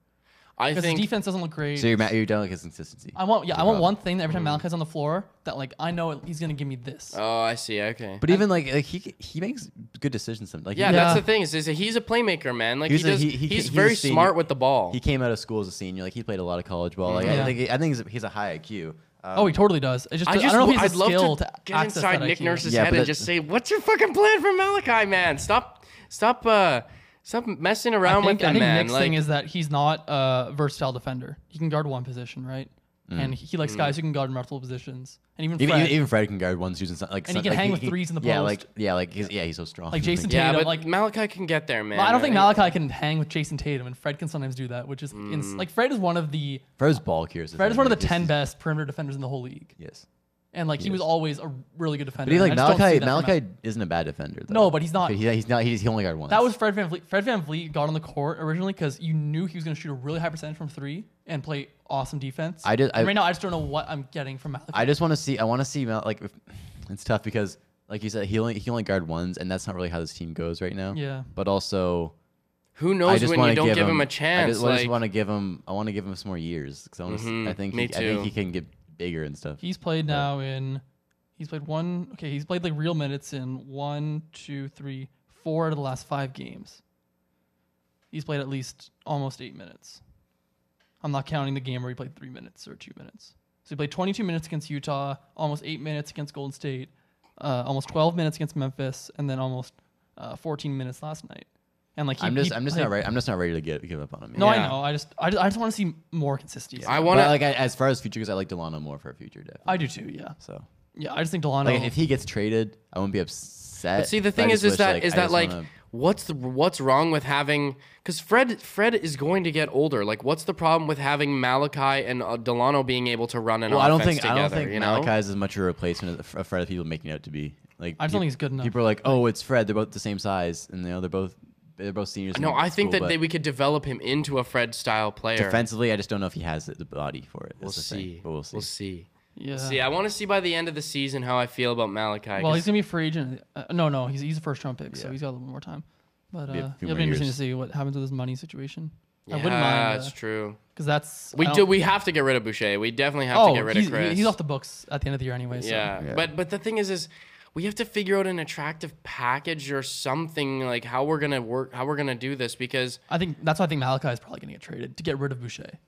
I
Because
think
his defense doesn't look great.
so you're, ma- you're done with his consistency.
I want yeah, I want one thing that every
Mm.
time Malachi's on the floor that like I know it- he's gonna give me this.
Oh, I see. Okay.
But even like, like he he makes good decisions sometimes. Like he
yeah,
made-
that's
Yeah.
the thing. Is, is that he's a playmaker, man. Like
He's
he
a-
does.
he- he-
he's
he's a
very
senior.
smart with the ball.
he came out of school as a senior. Like he played a lot of college ball. Like I
Yeah.
think I think he's a, he's a high IQ. Um,
oh, he totally does. It's just I,
I just.
don't know if
w-
he's
I'd
a skill
love
to,
to, get
access
inside
that
Nick
IQ.
Nurse's
Yeah,
head
but
and
that-
just say, "What's your fucking plan for Malachi, man? Stop, stop, uh, stop messing
I
around
think,
with
I
him,
think
man."
Nick's
Like,
thing is that he's not a versatile defender. He can guard one position, right?
Mm.
And he, he likes guys who can guard multiple positions. And even,
Even,
Fred,
even, even Fred can guard one season. Like
And he
some-
can
like,
hang with threes in the
Yeah,
post.
like yeah, like he's, yeah, he's so strong.
like Jason
yeah,
Tatum,
but
like
Malachi can get there, man.
I don't think
Like,
Malachi can hang with Jason Tatum, and Fred can sometimes do that, which is ins-
Mm.
like Fred is one of the
Fred's ball curious.
Fred is one of the ten best perimeter defenders in the whole league,
Yes,
and like he was always a really good defender.
but he like
and I just don't
Malachi.
see that from
Malachi isn't a bad defender. Though.
No, but he's not-
But he, he's not. He's, he only guarded one.
That was Fred Van Vliet. Fred Van Vliet got on the court originally because you knew he was going to shoot a really high percentage from three and play awesome defense.
I did- I-
And right now, I just don't know what I'm getting from Malachi.
I just want to see. I want to see Mal- like if, it's tough because like you said, he only he only guard ones, and that's not really how this team goes right now.
Yeah.
But also,
Who
I
knows
just
when
want
you
to
don't
give,
give him, a chance?
I just,
like, Mm-hmm.
want to give him. I want to give him some more years because I want to. I think.
me
he, I think
too.
he can get bigger and stuff.
he's played now in, he's played one, okay, he's played like real minutes in one, two, three, four out of the last five games. He's played at least almost eight minutes. I'm not counting the game where he played three minutes or two minutes. So he played 22 minutes against Utah, almost eight minutes against Golden State, uh, almost 12 minutes against Memphis, and then almost uh, 14 minutes last night. And like he,
I'm just.
he
I'm just
played-
not ready. I'm just not ready to get give up on him. yet.
No,
Yeah.
I know. I just, I just, I just want to see more consistency.
I
I,
But
want to.
like I, as far as future goes, I like Delano more for future depth.
do too. Yeah,
So
yeah. I just think Delano.
like if he gets traded, I won't be upset.
See, the
but I
thing is,
just
is
wish,
that is
I
that
just
like
wanna-
what's the what's wrong with having? Because Fred Fred is going to get older. Like, what's the problem with having Malachi and uh, Delano being able to run an
well,
offense
I don't think
together?
I don't think
you know?
Malachi is as much a replacement as a Fred as people making out to be. Like
I just don't think he's good enough.
People are like, oh, it's Fred. They're both the same size, and you know they're both they're both seniors.
No,
in
I think
school,
that
but
they, we could develop him into a Fred style player.
defensively. I just don't know if he has the- the body for it.
we'll,
That's the
see.
thing, but we'll see.
We'll see.
yeah.
See, I want to see by the end of the season how I feel about Malachi.
well,
'cause
he's gonna be a free agent. Uh, no, no, he's he's a first round pick, so he's got a little more time. But uh,
Be a
it'll
few
be
more
interesting to
years.
see what happens with his money situation.
yeah,
I wouldn't mind
it's true.
because that's
We
I
do.
don't-
We have to get rid of Boucher. We definitely have
oh,
to get rid
he's,
of Chris.
he's off the books at the end of the year anyway. So.
Yeah.
Yeah.
But but the thing is is we have to figure out an attractive package or something like how we're gonna work how we're gonna do this because
I think that's why I think Malachi is probably gonna get traded to get rid of Boucher.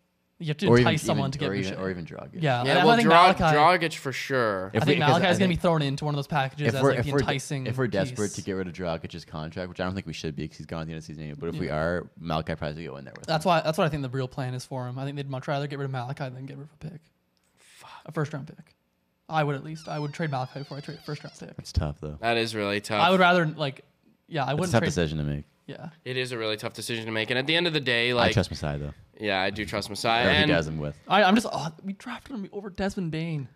You have to
Or even,
entice someone
even-
to get
or
Boucher.
even, or even Dragic.
yeah,
yeah,
I, I
well
think
Dra-
Malachi.
Dragic for sure.
If
I
we-
think
'cause
Malachi
I
is gonna be
think-
thrown into one of those packages
if
as
we're
like
if
the
we're de-
enticing.
if we're desperate to
piece.
get rid of Dragic's contract, which I don't think we should be because he's gone at the end of the season anyway. But if we are, Malachi probably will go in there with. him.
That's why. That's what I think the real plan is for him. I think they'd much rather get rid of Malachi than get rid of a pick, a first round pick. I would at least. I would trade Malachi before I trade a first round pick.
It's tough though.
That is really tough.
I would rather like, yeah, I
It's a
wouldn't
tough
trade.
decision to make.
Yeah,
it is a really tough decision to make. And at the end of the day,
I
like
trust Masai though.
yeah, I do trust Messiah.
Or he
And
does him with.
I, I'm just. Oh, we drafted him over Desmond Bain.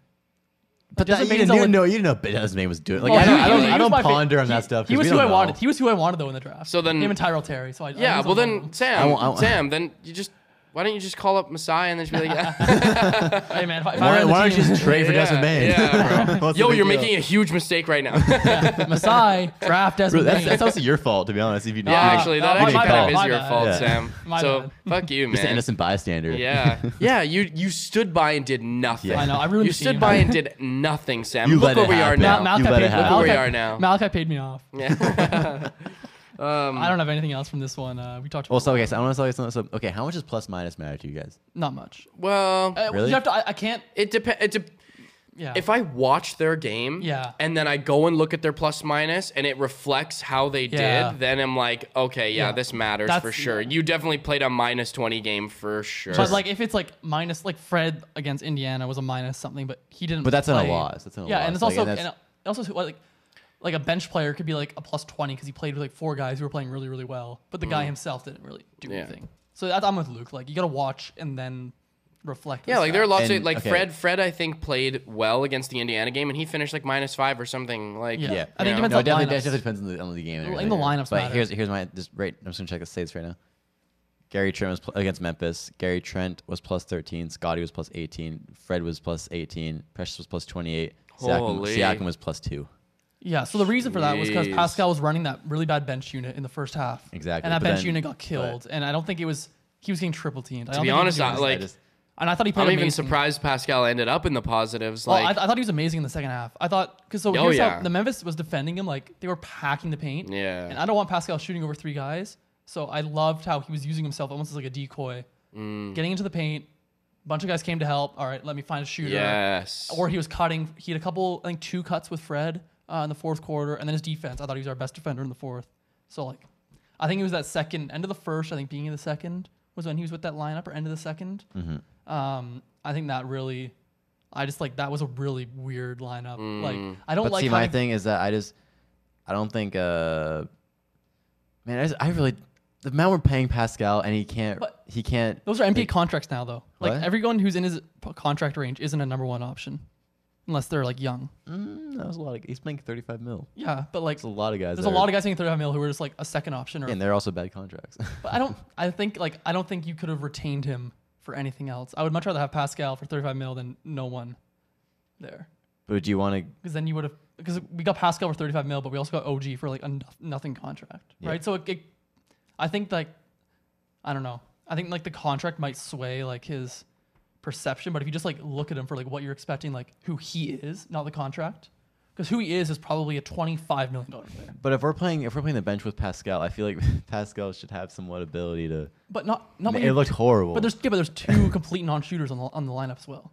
But
Desmond
that, you
Bain's
didn't
only-
know. You didn't know Desmond Bain was doing. Like
Oh,
I
he
don't,
was-
I
he
don't,
was- he
I
was
don't
my fa-
ponder on
he-
that stuff.
He
'cause
was
we
who
don't
I
know.
wanted. He was who I wanted though in the draft.
So then-
him and Tyrell Terry. So I I
yeah,
was
well
on him.
then Sam
I won't- I won't-
Sam, then you just why don't you just call up Messiah and then just be like
hey man, if I, if
Why, why
I why
don't you just trade for
Yeah,
Desmond Bain?
yeah,
What's the
Yo,
big
you're
deal?
making a huge mistake right now.
Masai draft
Bro,
Desmond
that's,
Bain?
that's also your fault, to be honest. If you
yeah,
Uh,
actually that
uh, my-
actually
my
kind of
bad,
is
my
your
bad.
fault,
Yeah.
Sam.
My
so fuck you, man.
just an innocent bystander.
Yeah, yeah. You you stood by and did nothing.
Yeah.
I know. I ruined
You
the
stood
team.
by and did nothing, Sam.
You
Look
let
where
it
we are
happen.
now.
Ma-
You let
Malachi
it
paid,
happen.
Look where we
Malachi-
are now.
Malachi paid me off.
um,
I don't have anything else from this one. Uh, we talked about
Well, so okay, so I want to tell you something. So, okay, how much does plus minus matter to you guys?
not much.
well,
Uh,
Really?
You have to. I, I can't.
it depends. It dep
Yeah.
if I watch their game,
Yeah.
and then I go and look at their plus minus, and it reflects how they
Yeah.
did, then I'm like, okay, yeah,
Yeah.
this matters
That's-
for sure. You definitely played a minus twenty game for sure.
But like if it's like minus like Fred against Indiana was a minus something, but he didn't.
But that's not
play.
a loss. That's not a
yeah,
loss.
and it's
Like,
also
and that's-
and also like like a bench player could be like a plus 20 because he played with like four guys who were playing really, really well, but the guy himself didn't really do
Yeah.
anything. So that's, I'm with Luke. Like, you got to watch and then reflect. on
Yeah, like there are
stuff.
lots of
And-
like
okay.
Fred. Fred, I think played well against the Indiana game, and he finished like minus five or something. Like,
Yeah,
Yeah. I think it
Yeah.
depends
no, it
on
definitely,
lineups.
it definitely depends on the, on the game. and
Well,
everything,
and the
right?
lineups
But
matter.
here's here's my just right. I'm just gonna check the states right now. Gary Trent was pl- against Memphis. Gary Trent was plus 13. Scotty was plus 18. Fred was plus 18. Precious was plus 28. Siakam,
Holy.
Siakam was plus two.
Yeah, so the reason for that was because
Jeez.
Pascal was running that really bad bench unit in the first half.
Exactly,
And that
but
bench
then-
unit got killed. and I don't think it was, he was getting triple teamed.
to be honest, I,
I
like
just-
and I thought he played
I'm even
amazing.
surprised Pascal ended up in the positives.
Well,
Like,
I, th- I thought he was amazing in the second half. I thought because so
Oh,
here's
yeah.
how the Memphis was defending him like they were packing the paint.
Yeah.
and I don't want Pascal shooting over three guys, so I loved how he was using himself almost as like a decoy,
Mm.
getting into the paint. bunch of guys came to help. All right, let me find a shooter.
yes,
Or he was cutting. He had a couple, I think, two cuts with Fred uh, in the fourth quarter, and then his defense. I thought he was our best defender in the fourth. So like, I think it was that second end of the first. I think beginning of the second was when he was with that lineup, or end of the 2nd
Mm-hmm.
Um, I think that really, I just like that was a really weird lineup. Like I don't
But
like
see, my
having-
thing is that I just, I don't think, uh, man, I, just, I really, the amount we're paying Pascal and he can't,
But-
he can't.
Those are NBA contracts now, though. Like
What?
everyone who's in his p- contract range isn't a number one option, unless they're like young.
Mm, that was a lot. Of, he's playing 35 mil.
Yeah, but like
There's a lot of guys.
there's
that
a
are-
lot of guys making 35 mil who are just like a second option or a
and they're also bad contracts.
But I don't. I think like I don't think you could have retained him for anything else. I would much rather have Pascal for 35 mil than no one there,
but do you want to?
because then you would have. Because we got Pascal for 35 mil, but we also got OG for like a noth- nothing contract,
Yeah.
right? So it, it, I think like, I don't know. I think like the contract might sway like his perception, but if you just like look at him for like what you're expecting, like who he is, not the contract, because who he is is probably a 25 million dollar player,
But if we're playing, if we're playing the bench with Pascal, I feel like Pascal should have somewhat ability to.
but not not.
Man,
when
it
you're-
looked horrible.
But there's yeah, but there's two complete non-shooters on the on the lineup as well.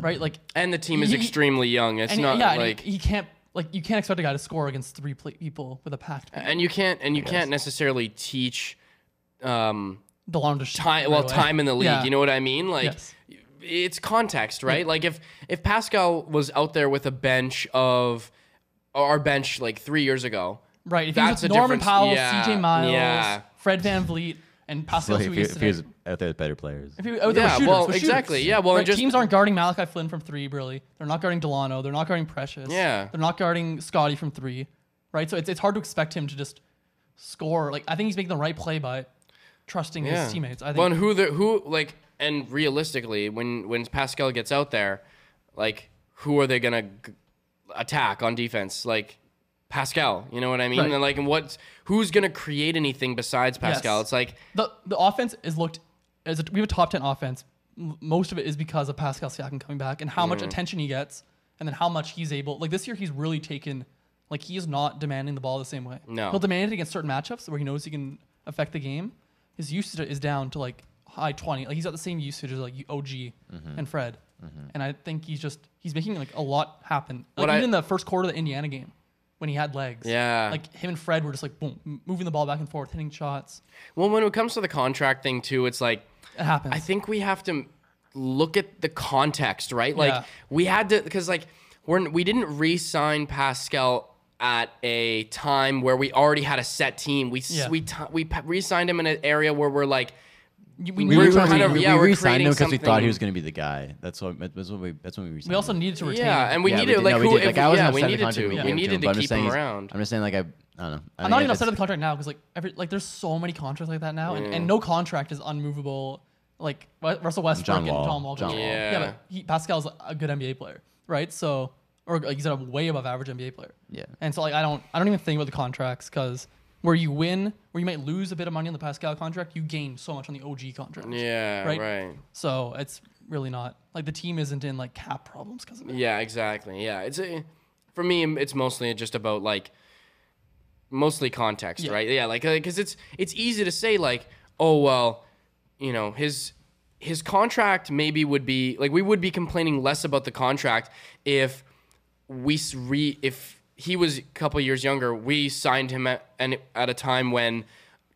Right, like
and the team is
He-
extremely young. It's
and
not
yeah, and
like,
he, he can't like you can't expect a guy to score against three pl- people with a packed
and you can't and you can't necessarily teach. Um,
the long to shoot
time
right
well
away.
time in the league
Yeah.
you know what i mean like
Yes.
it's context right like if if pascal was out there with a bench of our bench like three years ago
right? If
that's
he was with
a
Norman
difference-
Powell,
yeah,
CJ Miles,
yeah.
Fred Van Vliet, and Pascal
Like, if,
Suisse
he, if he
today.
was out there with better players.
If he- oh, they were
yeah
shooters,
well
they were shooters.
exactly yeah well
Right,
and just
teams aren't guarding Malachi Flynn from three, really. They're not guarding Delano. They're not guarding Precious.
Yeah.
They're not guarding Scotty from three, right? So it's, it's hard to expect him to just score. Like I think he's making the right play by trusting
yeah.
his teammates. I think
well and who the who like and realistically when when pascal gets out there like who are they gonna g- attack on defense like pascal you know what i mean
Right.
and like and what's who's gonna create anything besides pascal
Yes.
it's like
the the offense is looked as a, we have a top ten offense. M- Most of it is because of Pascal Siakam coming back and how much attention he gets, and then how much he's able. Like this year, he's really taken. Like he is not demanding the ball the same way.
No.
he'll demand it against certain matchups where he knows he can affect the game. His usage is down to like high twenty. Like he's at the same usage as like OG
Mm-hmm.
and Fred, and I think he's just he's making like a lot happen. Like
What I-
even in the first quarter of the Indiana game when he had legs.
Yeah.
like him and Fred were just like boom, m- moving the ball back and forth, hitting shots.
well when it comes to the contract thing too it's like
It happens.
I think we have to look at the context, right? Like
Yeah.
we had to because like we're we didn't re-sign Pascal at a time where we already had a set team. We s-
Yeah.
we t- we pa- re-signed him in an area where we're like
You- we,
We
we,
were
we
trying
re-signed
to-
him-
yeah,
we
we're
re-signed him because we
creating
thought he
something-
was going to be the guy. That's what. That's what we. That's when we. Resigned
also
him.
needed to retain.
yeah,
him.
and we
Yeah,
needed
did.
like
No, we
who
did.
if-
Like, I wasn't
yeah,
upset
we
at the
needed
contract
to
we
we
gave him,
needed
but
to
I'm just
keep
saying
him
he's-
around.
I'm just saying, like I, I don't know. I
I'm
think
not even
that's-
upset at the contract now because like every like there's so many contracts like that now, and, and no contract is unmovable. Like Ru- Russell Westbrook
John
and
Wall.
John Wall.
John Wall.
Yeah.
yeah, but he, Pascal's a good NBA player, right? So, or like he's a way above average NBA player.
Yeah.
And so like I don't I don't even think about the contracts because where you win, where you might lose a bit of money on the Pascal contract, you gain so much on the OG contract.
yeah, right.
right? So it's really not like the team isn't in like cap problems because of it.
Yeah, exactly. Yeah, it's a, for me it's mostly just about like mostly context,
Yeah.
right? Yeah, like because it's it's easy to say like, oh well, you know his his contract maybe would be like we would be complaining less about the contract if we s- re if he was a couple years younger, we signed him at and at a time when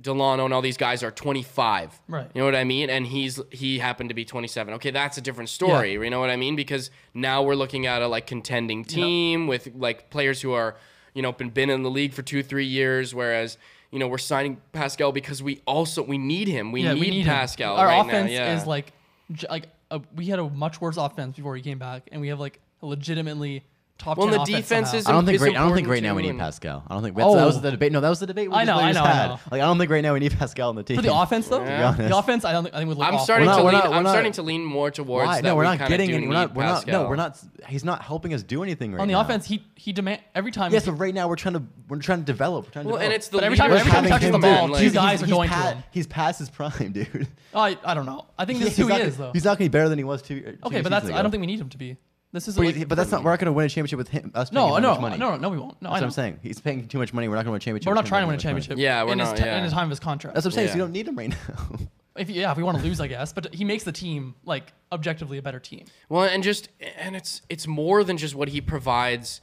Delano and all these guys are 25.
Right.
You know what I mean? And he's he happened to be 27. Okay, that's a different story. You know what I mean? Because now we're looking at a like contending team with like players who are, you know, been been in the league for 2-3 years whereas you know, we're signing Pascal because we also we need him. We,
yeah,
need,
we need him.
Pascal
Our
right
offense
now. Yeah.
is like, j- like uh we had a much worse offense before he came back, and we have like a legitimately top.
Well,
10
the
offense
defense
somehow.
is-
I don't think
It's
right, I don't think
important
right now
too,
we need
and-
Pascal. I don't think that's, that was
Oh.
the debate. No, that was the debate.
I
I
know,
know,
I know, I
had.
know.
Like I don't think right now we need Pascal on the team.
for the offense though.
Yeah.
The offense, I don't think I think would look.
I'm
awful.
starting
We're not-
to
we're
lean,
not-
I'm
we're
starting
not-
to lean more towards
Why?
that.
No, we're
we
not
kinda
getting.
do
any- We're
need
not. We're not. No,
Pascal.
we're not. He's not helping us do anything right
on the
now.
offense. He he demand every time.
Yes,
he-
but right now we're trying to we're trying to develop. We're trying to
Well, and
develop.
it's the
But every time-
We're
leaders
every time he
having
touching
touches
him
the ball,
do-
like-
two guys are going to
pa-
him.
He's past his prime, dude.
I I don't know. I think this is
he's
who
not
he
gonna-
is though.
He's not going to be better than he was two. year- two
Okay,
years
but that's
ago.
I don't think we need him to be. This is
But,
like,
he- but that's not. We're not going to win a championship with him. Us. paying
no,
him that
no,
much
no,
money.
no, no, we won't.
That's
No, I
what
know.
I'm saying. He's paying too much money. We're not going to win a championship.
But we're not
with him
trying to win a
that much money.
championship.
Yeah, we're
in
not,
His ti-
yeah.
In the time of his contract.
That's what I'm saying.
Yeah.
So you don't need him right now.
if yeah, if we want to lose, I guess. But he makes the team like objectively a better team.
Well, and just and it's it's more than just what he provides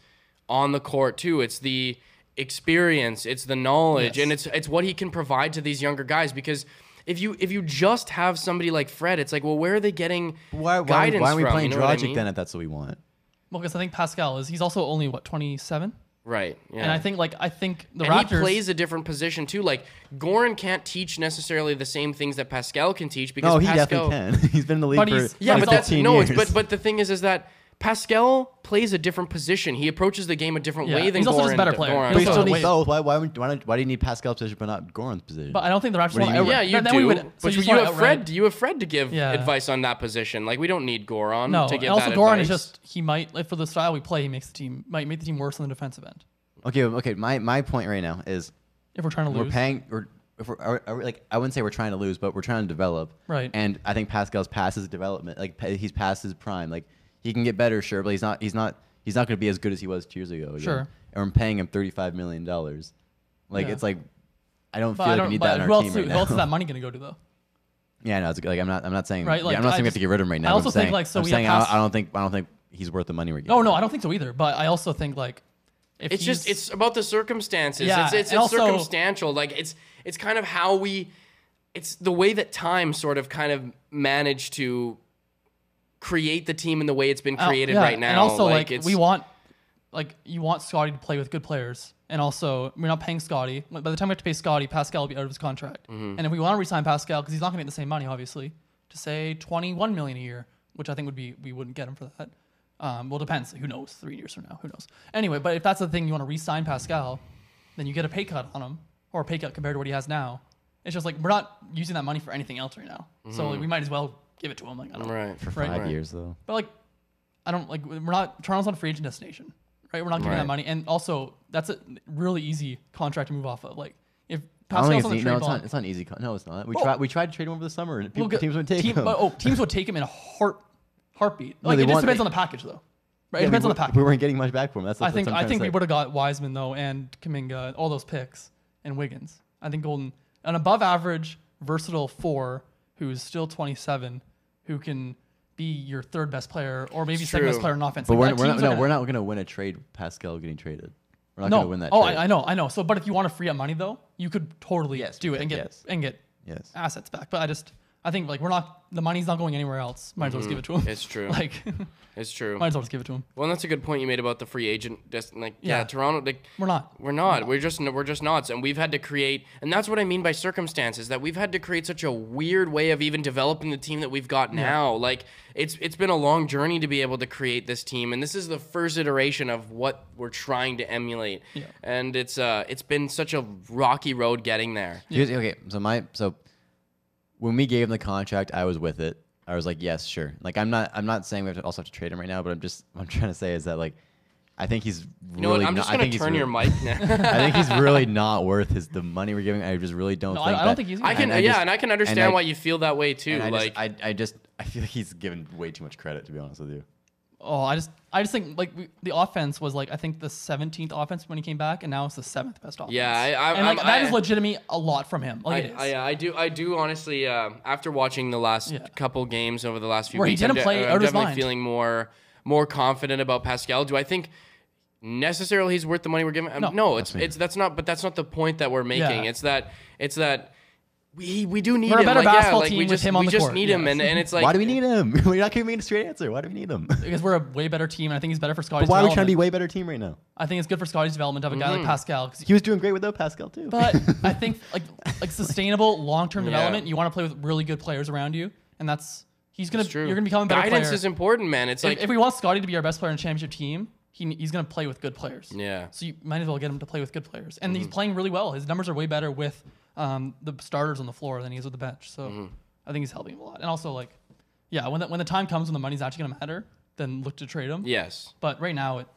on the court too. It's the experience, it's the knowledge,
Yes.
and it's it's what he can provide to these younger guys because if you if you just have somebody like Fred, it's like, well, where are they getting
why, why,
guidance
why are we
from?
playing
you know what I
Drogic
mean?
then? If that's what we want.
Well, because I think Pascal is he's also only what 27,
Right. Yeah.
and I think like I think the
and
Raptors
he plays a different position too. Like Goran can't teach necessarily the same things that Pascal can teach because
No, he
Pascal,
definitely can. He's been in the league
But
for
he's-
Yeah,
Like
but that's
15
no.
years.
It's, but but the thing is, is that Pascal plays a different position. He approaches the game a different
Yeah,
way than
he's also just a
Goran
better
d-
player.
Goran
But
But you
also
still
does.
need
wait.
both. Why, why, would- why, not- why do you need Pascal's position but not Goran's position?
But I don't think the Raptors.
do you
will
mean?
ever,
Yeah, you
then
do.
We would, so
but you,
just
you
wanna
have
outright-
Fred. You have Fred to give
Yeah.
advice on that position. Like we don't need Goron
No,
to give
and also
that
Goran
advice.
is just he might like for the style we play, he makes the team might make the team worse on the defensive end.
okay, okay. My, my point right now is
If we're trying to
we're
lose,
paying. We're, if we're, are, are we, like I wouldn't say we're trying to lose, but we're trying to develop.
Right.
And I think Pascal's past his development. Like pa- he's past his prime. Like he can get better, sure, but he's not. He's not. He's not going to be as good as he was two years ago. again.
Sure.
And we're paying him thirty-five million dollars. Like
Yeah.
it's like I don't feel
but I
like
don't.
we need
but
that in our
who else,
team
who
right
else is
now.
that money going to go to though?
yeah, no, it's good. like I'm not. I'm not saying.
Right, like,
yeah, I'm not
I
saying we have
just-
to get rid of him right now.
I
I'm
also think,
saying-
like, so
I'm
we have
saying I don't-
past-
I don't think. I don't think he's worth the money we're getting.
No, no, I don't think so either. But I also think like if
It's just
he's-
it's about the circumstances.
Yeah,
it's it's,
and
it's
also-
circumstantial. Like it's it's kind of how we it's the way that time sort of kind of managed to create the team in the way it's been
Al-
created
Oh, yeah,
right now.
And also like,
it's
we want like you want Scotty to play with good players. And also, we're not paying Scotty. By the time we have to pay Scotty, Pascal will be out of his contract.
Mm-hmm.
And if we want to resign Pascal, because he's not going to get the same money, obviously, to say twenty-one million a year, which I think would be we wouldn't get him for that. Um, well, depends. Who knows? Three years from now, who knows? Anyway, but if that's the thing you want to re-sign Pascal, then you get a pay cut on him, or a pay cut compared to what he has now. It's just like we're not using that money for anything else right now. So
Mm-hmm.
like, we might as well give it to him. Like I don't
right.
for
right,
five
right.
years though.
but like, I don't like. We're not Toronto's not a free agent destination, right? We're not giving
Right.
that money, and also that's a really easy contract to move off of. Like if
I don't think
Pascal's
it's,
on the
e-
trade
no, it's
block,
not. It's not an easy. Con- no, it's not. We
Well-
tried. We tried to trade him over the summer, and people,
we'll go-
teams wouldn't take
team-
him.
but, oh, teams would take him in a heart heartbeat. Like
they
it just
want-
depends
they-
on the package, though.
Yeah,
Right, it depends
we,
on the package.
We weren't getting much back for him. That's,
I
that's
think
what I'm
I
trying
think
to
we
say.
would have got Wiseman though, and Kaminga, all those picks, and Wiggins. I think Golden, an above average, versatile four who's still 27, who can be your third best player or maybe
It's
second best
true.
player in offense.
But
Like,
we're,
that
we're not.
team's
No,
gonna-
we're not going to win a trade. with Pascal getting traded. We're not
no.
going to win that.
oh,
trade.
I, I know, I know. So, but if you want to free up money though, you could totally
Yes,
do
we
it and
could,
get
yes.
and get
Yes.
assets back. But I just, I think like we're not. The money's not going anywhere else. Might as well just give it to him.
Mm-hmm. It's true.
like,
it's true.
might as well just give it to him.
Well, that's a good point you made about the free agent. Just like yeah,
Yeah.
Toronto. Like
We're not.
We're not. We're just we're just nods, and we've had to create, and that's what I mean by circumstances. That we've had to create such a weird way of even developing the team that we've got now. Like it's it's been a long journey to be able to create this team, and this is the first iteration of what we're trying to emulate.
Yeah.
And it's uh it's been such a rocky road getting there.
Here's- okay, so my so when we gave him the contract, I was with it. I was like, yes, sure. Like I'm not I'm not saying we have to also have to trade him right now, but I'm just what I'm trying to say is that like I think he's really
You know what? I'm
not-
just
I
gonna
think he's
turn your
really-
mic now.
I think he's really not worth his the money we're giving. I just really don't
No, I-
think
I don't
that-
think he's either.
I can
and
yeah,
just-
and I can understand
I-
why you feel that way too.
and I
like
just, I, I just I feel like he's given way too much credit to be honest with you.
Oh, I just, I just think like we, the offense was like I think the 17th offense when he came back, and now it's the seventh best offense.
Yeah, I- I-
and like
I'm-
that
I-
is legitimately a lot from him. Like it
I,
is.
I, uh I do I do honestly uh, after watching the last
Yeah.
couple games over the last few
Where he
weeks,
didn't
I'm, de-
play
I'm
out of his
definitely
mind.
feeling more more confident about Pascal. Do I think necessarily he's worth the money we're giving. him.
No.
no it's
That's me.
it's that's not. But that's not the point that we're making.
Yeah.
It's that it's that we we do need
We're a
him.
better
like, yeah,
basketball
like,
team
we
with
just,
him on
we
the
just
court,
need him,
yes.
and, and it's like
why do we need him? We're not giving me a straight answer. Why do we need him?
because we're a way better team, and I think it's better for Scotty's
But why are we
development.
trying to be way better team right now?
I think it's good for Scotty's development to have a guy
Mm.
like Pascal. 'cause-
He was doing great without Pascal too.
but I think like like sustainable long term
Yeah.
development, you want to play with really good players around you, and that's he's gonna
It's true.
you're gonna become a better
Guidance
player.
is important, man. It's like
if, if we want Scotty to be our best player in the championship team, he, he's going to play with good players.
Yeah. Mm-hmm.
So you might as well get him to play with good players, and he's playing really well. His numbers are way better with um, the starters on the floor than he is with the bench. So
Mm-hmm.
I think he's helping him a lot. And also like, yeah, when the, when the time comes when the money's actually going to matter, then look to trade him.
yes,
But right now it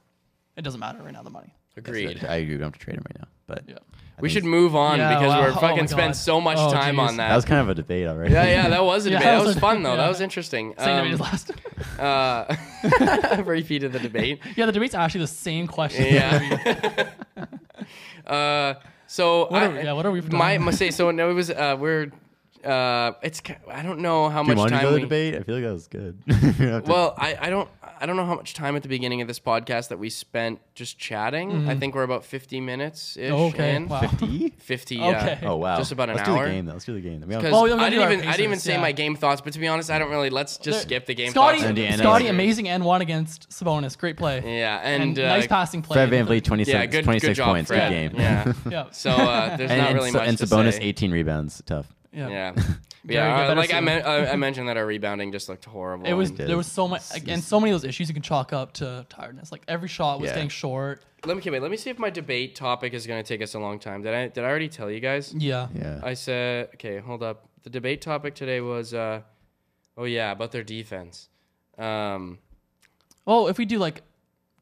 it doesn't matter right now the money.
agreed.
I agree. We don't have to trade him right now. But
Yeah.
We
think
should move on
Yeah,
because
wow.
we're
Oh
fucking
my
spent
God.
so much
Oh,
time
geez.
on that.
that was kind of a debate already.
yeah, yeah, that was a
Yeah,
debate.
that
That
was
was
a-
fun though. That
yeah.
was interesting.
Same
Um,
debate as last.
uh, I've repeated the debate.
yeah, the debate's actually the same question.
Yeah. uh, so
What are
I-
we- yeah, what are we
My
done?
must say. So no, it was uh, we're. Uh, it's ki- I don't know how
Do you
much
want to
time
go to
we.
the debate? I feel like that was good. We don't have to-
Well, I, I don't I don't know how much time at the beginning of this podcast that we spent just chatting. I think we're about fifty minutes ish.
Mm-hmm. Oh, Okay,
In.
wow.
50?
Fifty. Yeah.
Okay.
Oh wow.
Just about an
Let's
hour.
do the game. Though. Let's do the game. Then. We
Because
have,
Oh, yeah, we
I
gotta do
didn't
our
even I didn't even
paces,
say
yeah.
my game thoughts, but to be honest, I don't really. Let's just
There-
skip the game
Scotty,
thoughts.
Indiana.
Scotty, amazing and one against Sabonis. Great play.
Yeah, and,
And,
uh,
nice passing play.
Fred Van Vliet,
Yeah,
26,
good,
26
good job,
points.
Fred.
Good game.
Yeah.
Yeah.
So uh, there's
and
not
and,
really
Sa-
much.
and
to
Sabonis,
say.
18 rebounds. Tough.
Yeah.
Yeah.
Very good,
yeah, uh,
better
like I,
season.
meant, I, I mentioned that our rebounding just looked horrible.
It was
and-
there was so much and so many of those issues you can chalk up to tiredness. Like every shot was
Yeah.
getting short.
Let me okay, wait. Let me see if my debate topic is going to take us a long time. Did I did I already tell you guys?
Yeah.
Yeah.
I said okay. Hold up. The debate topic today was uh, oh yeah, about their defense. Um,
Oh, if we do like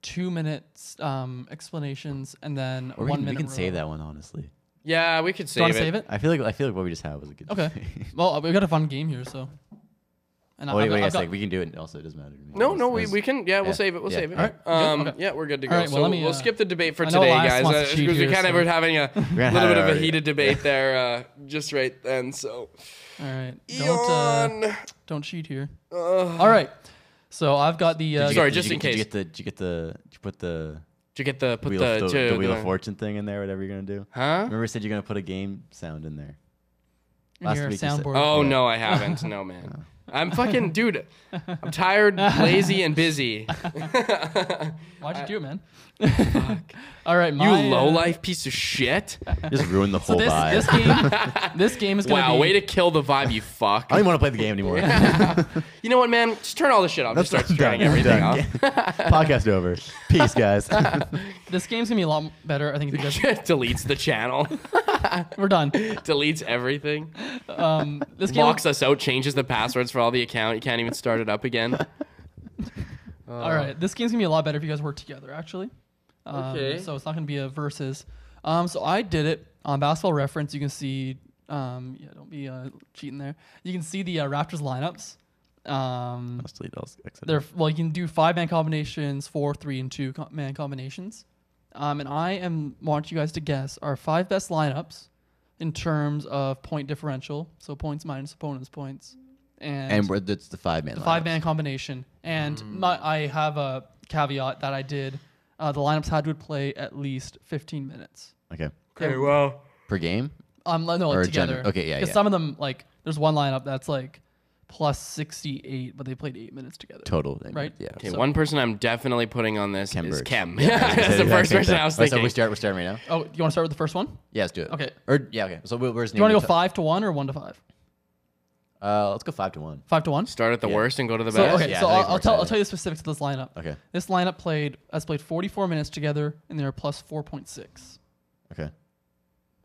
two minutes um, explanations and then
Or we
one
can, we
minute.
can save
row.
that one honestly.
yeah, we could
Do you
save
want
it.
to save it?
I feel like I feel like what we just had was a good.
Okay.
debate.
well, we got a fun game here, so. And
oh, wait, wait,
I've
yes,
got-
like we can do it. Also, it doesn't matter. To me.
No, no,
Let's-
we,
let's-
we can. Yeah, we'll
yeah,
save it. We'll
yeah.
save it.
All right.
Um,
Good, okay.
Yeah, we're good to go.
All right, well,
so
let me,
we'll
uh,
skip the debate for
I know
today,
Elias
guys.
wants to
Uh,
cheat
because we
here,
kind of
so-
were having a
had
little bit of
it
a
already.
heated debate there, uh, just right then. So,
All right. Don't, uh,
Eon.
don't cheat here. All right. So I've got the. Uh,
Did you
Sorry,
get-
just
did you
in
get-
case.
Did you get the? Did you get the? Did you put the
Did you get the put
wheel,
the,
of, the,
to
the wheel of fortune thing in there? Whatever you're gonna do.
Huh?
Remember, I said you're gonna put a game sound in there.
in your
you said-
soundboard.
Oh no, I haven't. No man. I'm fucking dude. I'm tired, lazy, and busy.
Why'd you do it, man? All right,
You
my, uh,
low life piece of shit.
Just ruin the whole
This,
vibe.
this game, this game is gonna
Wow,
be.
way to kill the vibe, you fuck.
I don't even want to play the game anymore.
You know what, man? Just turn all this shit off. Just start
I'm
turning
done. I'm
everything
done.
off.
Podcast over. Peace, guys.
This game's gonna be a lot better, I think. if you guys-
Deletes the channel.
We're done.
Deletes everything.
Um, this game.
Locks us out. Changes the passwords for all the account. You can't even start it up again.
All right, this game's gonna be a lot better if you guys work together, actually. Um,
Okay.
So it's not gonna be a versus. Um, so I did it on Basketball Reference. You can see. Um, yeah, don't be uh, cheating there. You can see the uh, Raptors lineups. Um,
Let's delete all s- except-
they're well, you can do five man combinations, four, three, and two co- man combinations. Um, and I am want you guys to guess our five best lineups in terms of point differential, so points minus opponent's points, and,
and we're, it's the Mm. five man.
the five man combination. And my, I have a caveat that I did. Uh, the lineups had to play at least 15 minutes.
Okay.
Okay, well.
Per game.
Um, no, no,
Or
like
gen-
together.
okay, yeah,
Because
yeah.
some of them, like, there's one lineup that's like plus 68, but they played eight minutes together.
Total. I mean,
Right.
Yeah.
Okay,
So-
one person I'm definitely putting on this
Kem
is
Birch.
Kem.
Yeah, I was gonna
That's
say
the
the exact
first
same
person
thing.
I was
Alright, So
thinking.
we start. We're starting right now.
Oh, you want to start with the first one?
Yeah, let's do it.
Okay.
Or yeah, okay. So we- where's
Do you want to go five to one or one to five?
Uh, let's go five to one.
Five to one.
Start at the
Yeah.
worst and go to the
So
best.
okay,
Yeah,
so
I think
I'll,
it's
I'll
more
tell I'll
exciting.
tell you the specifics of this lineup.
Okay.
This lineup played has played 44 minutes together, and they were plus 4.6.
Okay.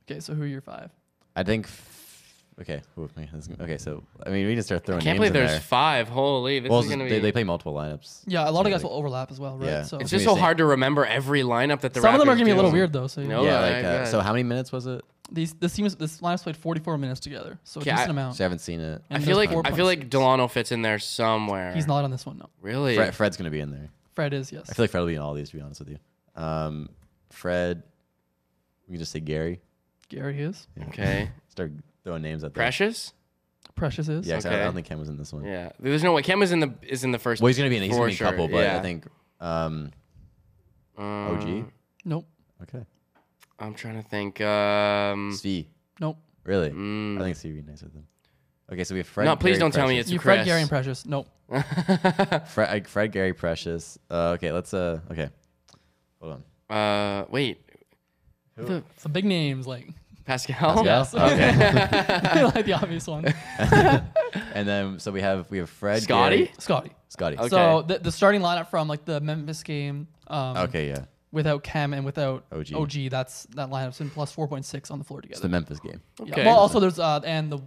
Okay, so who are your five?
I think. F- okay. Ooh, man, this is- Okay. So I mean, we need to start throwing
Can't
names
believe
in
there's
there.
five. Holy, this
well,
is
it's-
gonna
they,
be.
they play multiple lineups.
Yeah, a lot of
Yeah,
guys
like-
will overlap as well, right?
Yeah.
So
it's
gonna
just
be
so
the
hard to remember every lineup that the
some of them are
Raptors
gonna be a little
do.
weird though. So
No.
yeah.
Yeah.
Oh,
like,
my
uh,
God.
so how many minutes was it?
these this team is this lineup played 44 minutes together, so a
Okay,
decent
I-
amount.
So I haven't seen it.
I
And
feel
there's
like
four
I feel like
points.
Delano fits in there somewhere.
He's not on this one. No,
really.
Fred, Fred's gonna be in there.
Fred is yes.
I feel like Fred will be in all these. To be honest with you. Um, Fred. We can just say Gary.
Gary is.
Okay.
Start throwing names out there.
Precious.
Precious is.
Yeah. 'cause I, I
Okay.
don't think Ken was in this one.
Yeah. There's no way. Kem is in the is in the first.
Well, he's gonna be in. He's
For
gonna be in a couple,
sure,
but
yeah.
I think. Um,
Mm.
OG.
Nope.
Okay.
I'm trying to think. Um,
Svi.
Nope.
Really? I think Svi would be nice with them. Okay, so we have Fred.
Mm. no, please
Gary
don't tell me
Precious.
it's
you
Chris.
Fred, Gary, and Precious. Nope.
Fred, uh, Fred Gary Precious. Uh, okay, let's. Uh, okay, hold on.
uh, wait, the
So big names like
Pascal.
Yeah. Okay.
like the obvious one,
and then so we have we have Fred.
Scotty?
Gary-
Scotty.
Scotty.
Okay.
So the, the starting lineup from like the Memphis game, um,
Okay, yeah.
without Cam and without
OG.
OG, that's that lineup's in plus four point six on the floor
It's
together.
the Memphis game.
Yeah.
Okay.
Well, also there's uh, and the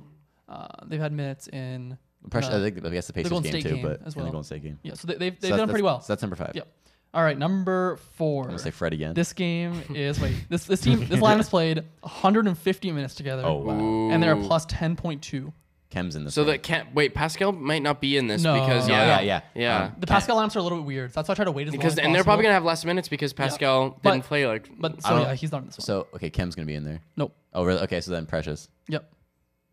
uh, they've had minutes in
Precious,
uh,
I think I guess the Pacers
Golden
game
State
too,
game
but
as
in
well.
the Golden State game.
yeah. So they, they've
So
they've
that-
done pretty well.
that's- So that's number five.
Yep. All right, number four.
I'm gonna say Fred again.
This game is wait this this team this line has played 150 minutes together.
oh wow.
and they're a
Ooh.
plus 10.2.
Kem's in this.
So
one.
that can't wait. Pascal might not be in this
No.
because
No,
yeah,
yeah, yeah.
yeah.
Um,
The Pascal lineups are a little bit weird. so That's why I try to wait as
because
long.
and
as
they're probably
possible.
gonna have less minutes because Pascal
But-
didn't play like.
But so
don't-
yeah, he's not in this one.
so okay, Kem's gonna be in there.
nope.
Oh really? Okay, so then Precious.
Yep.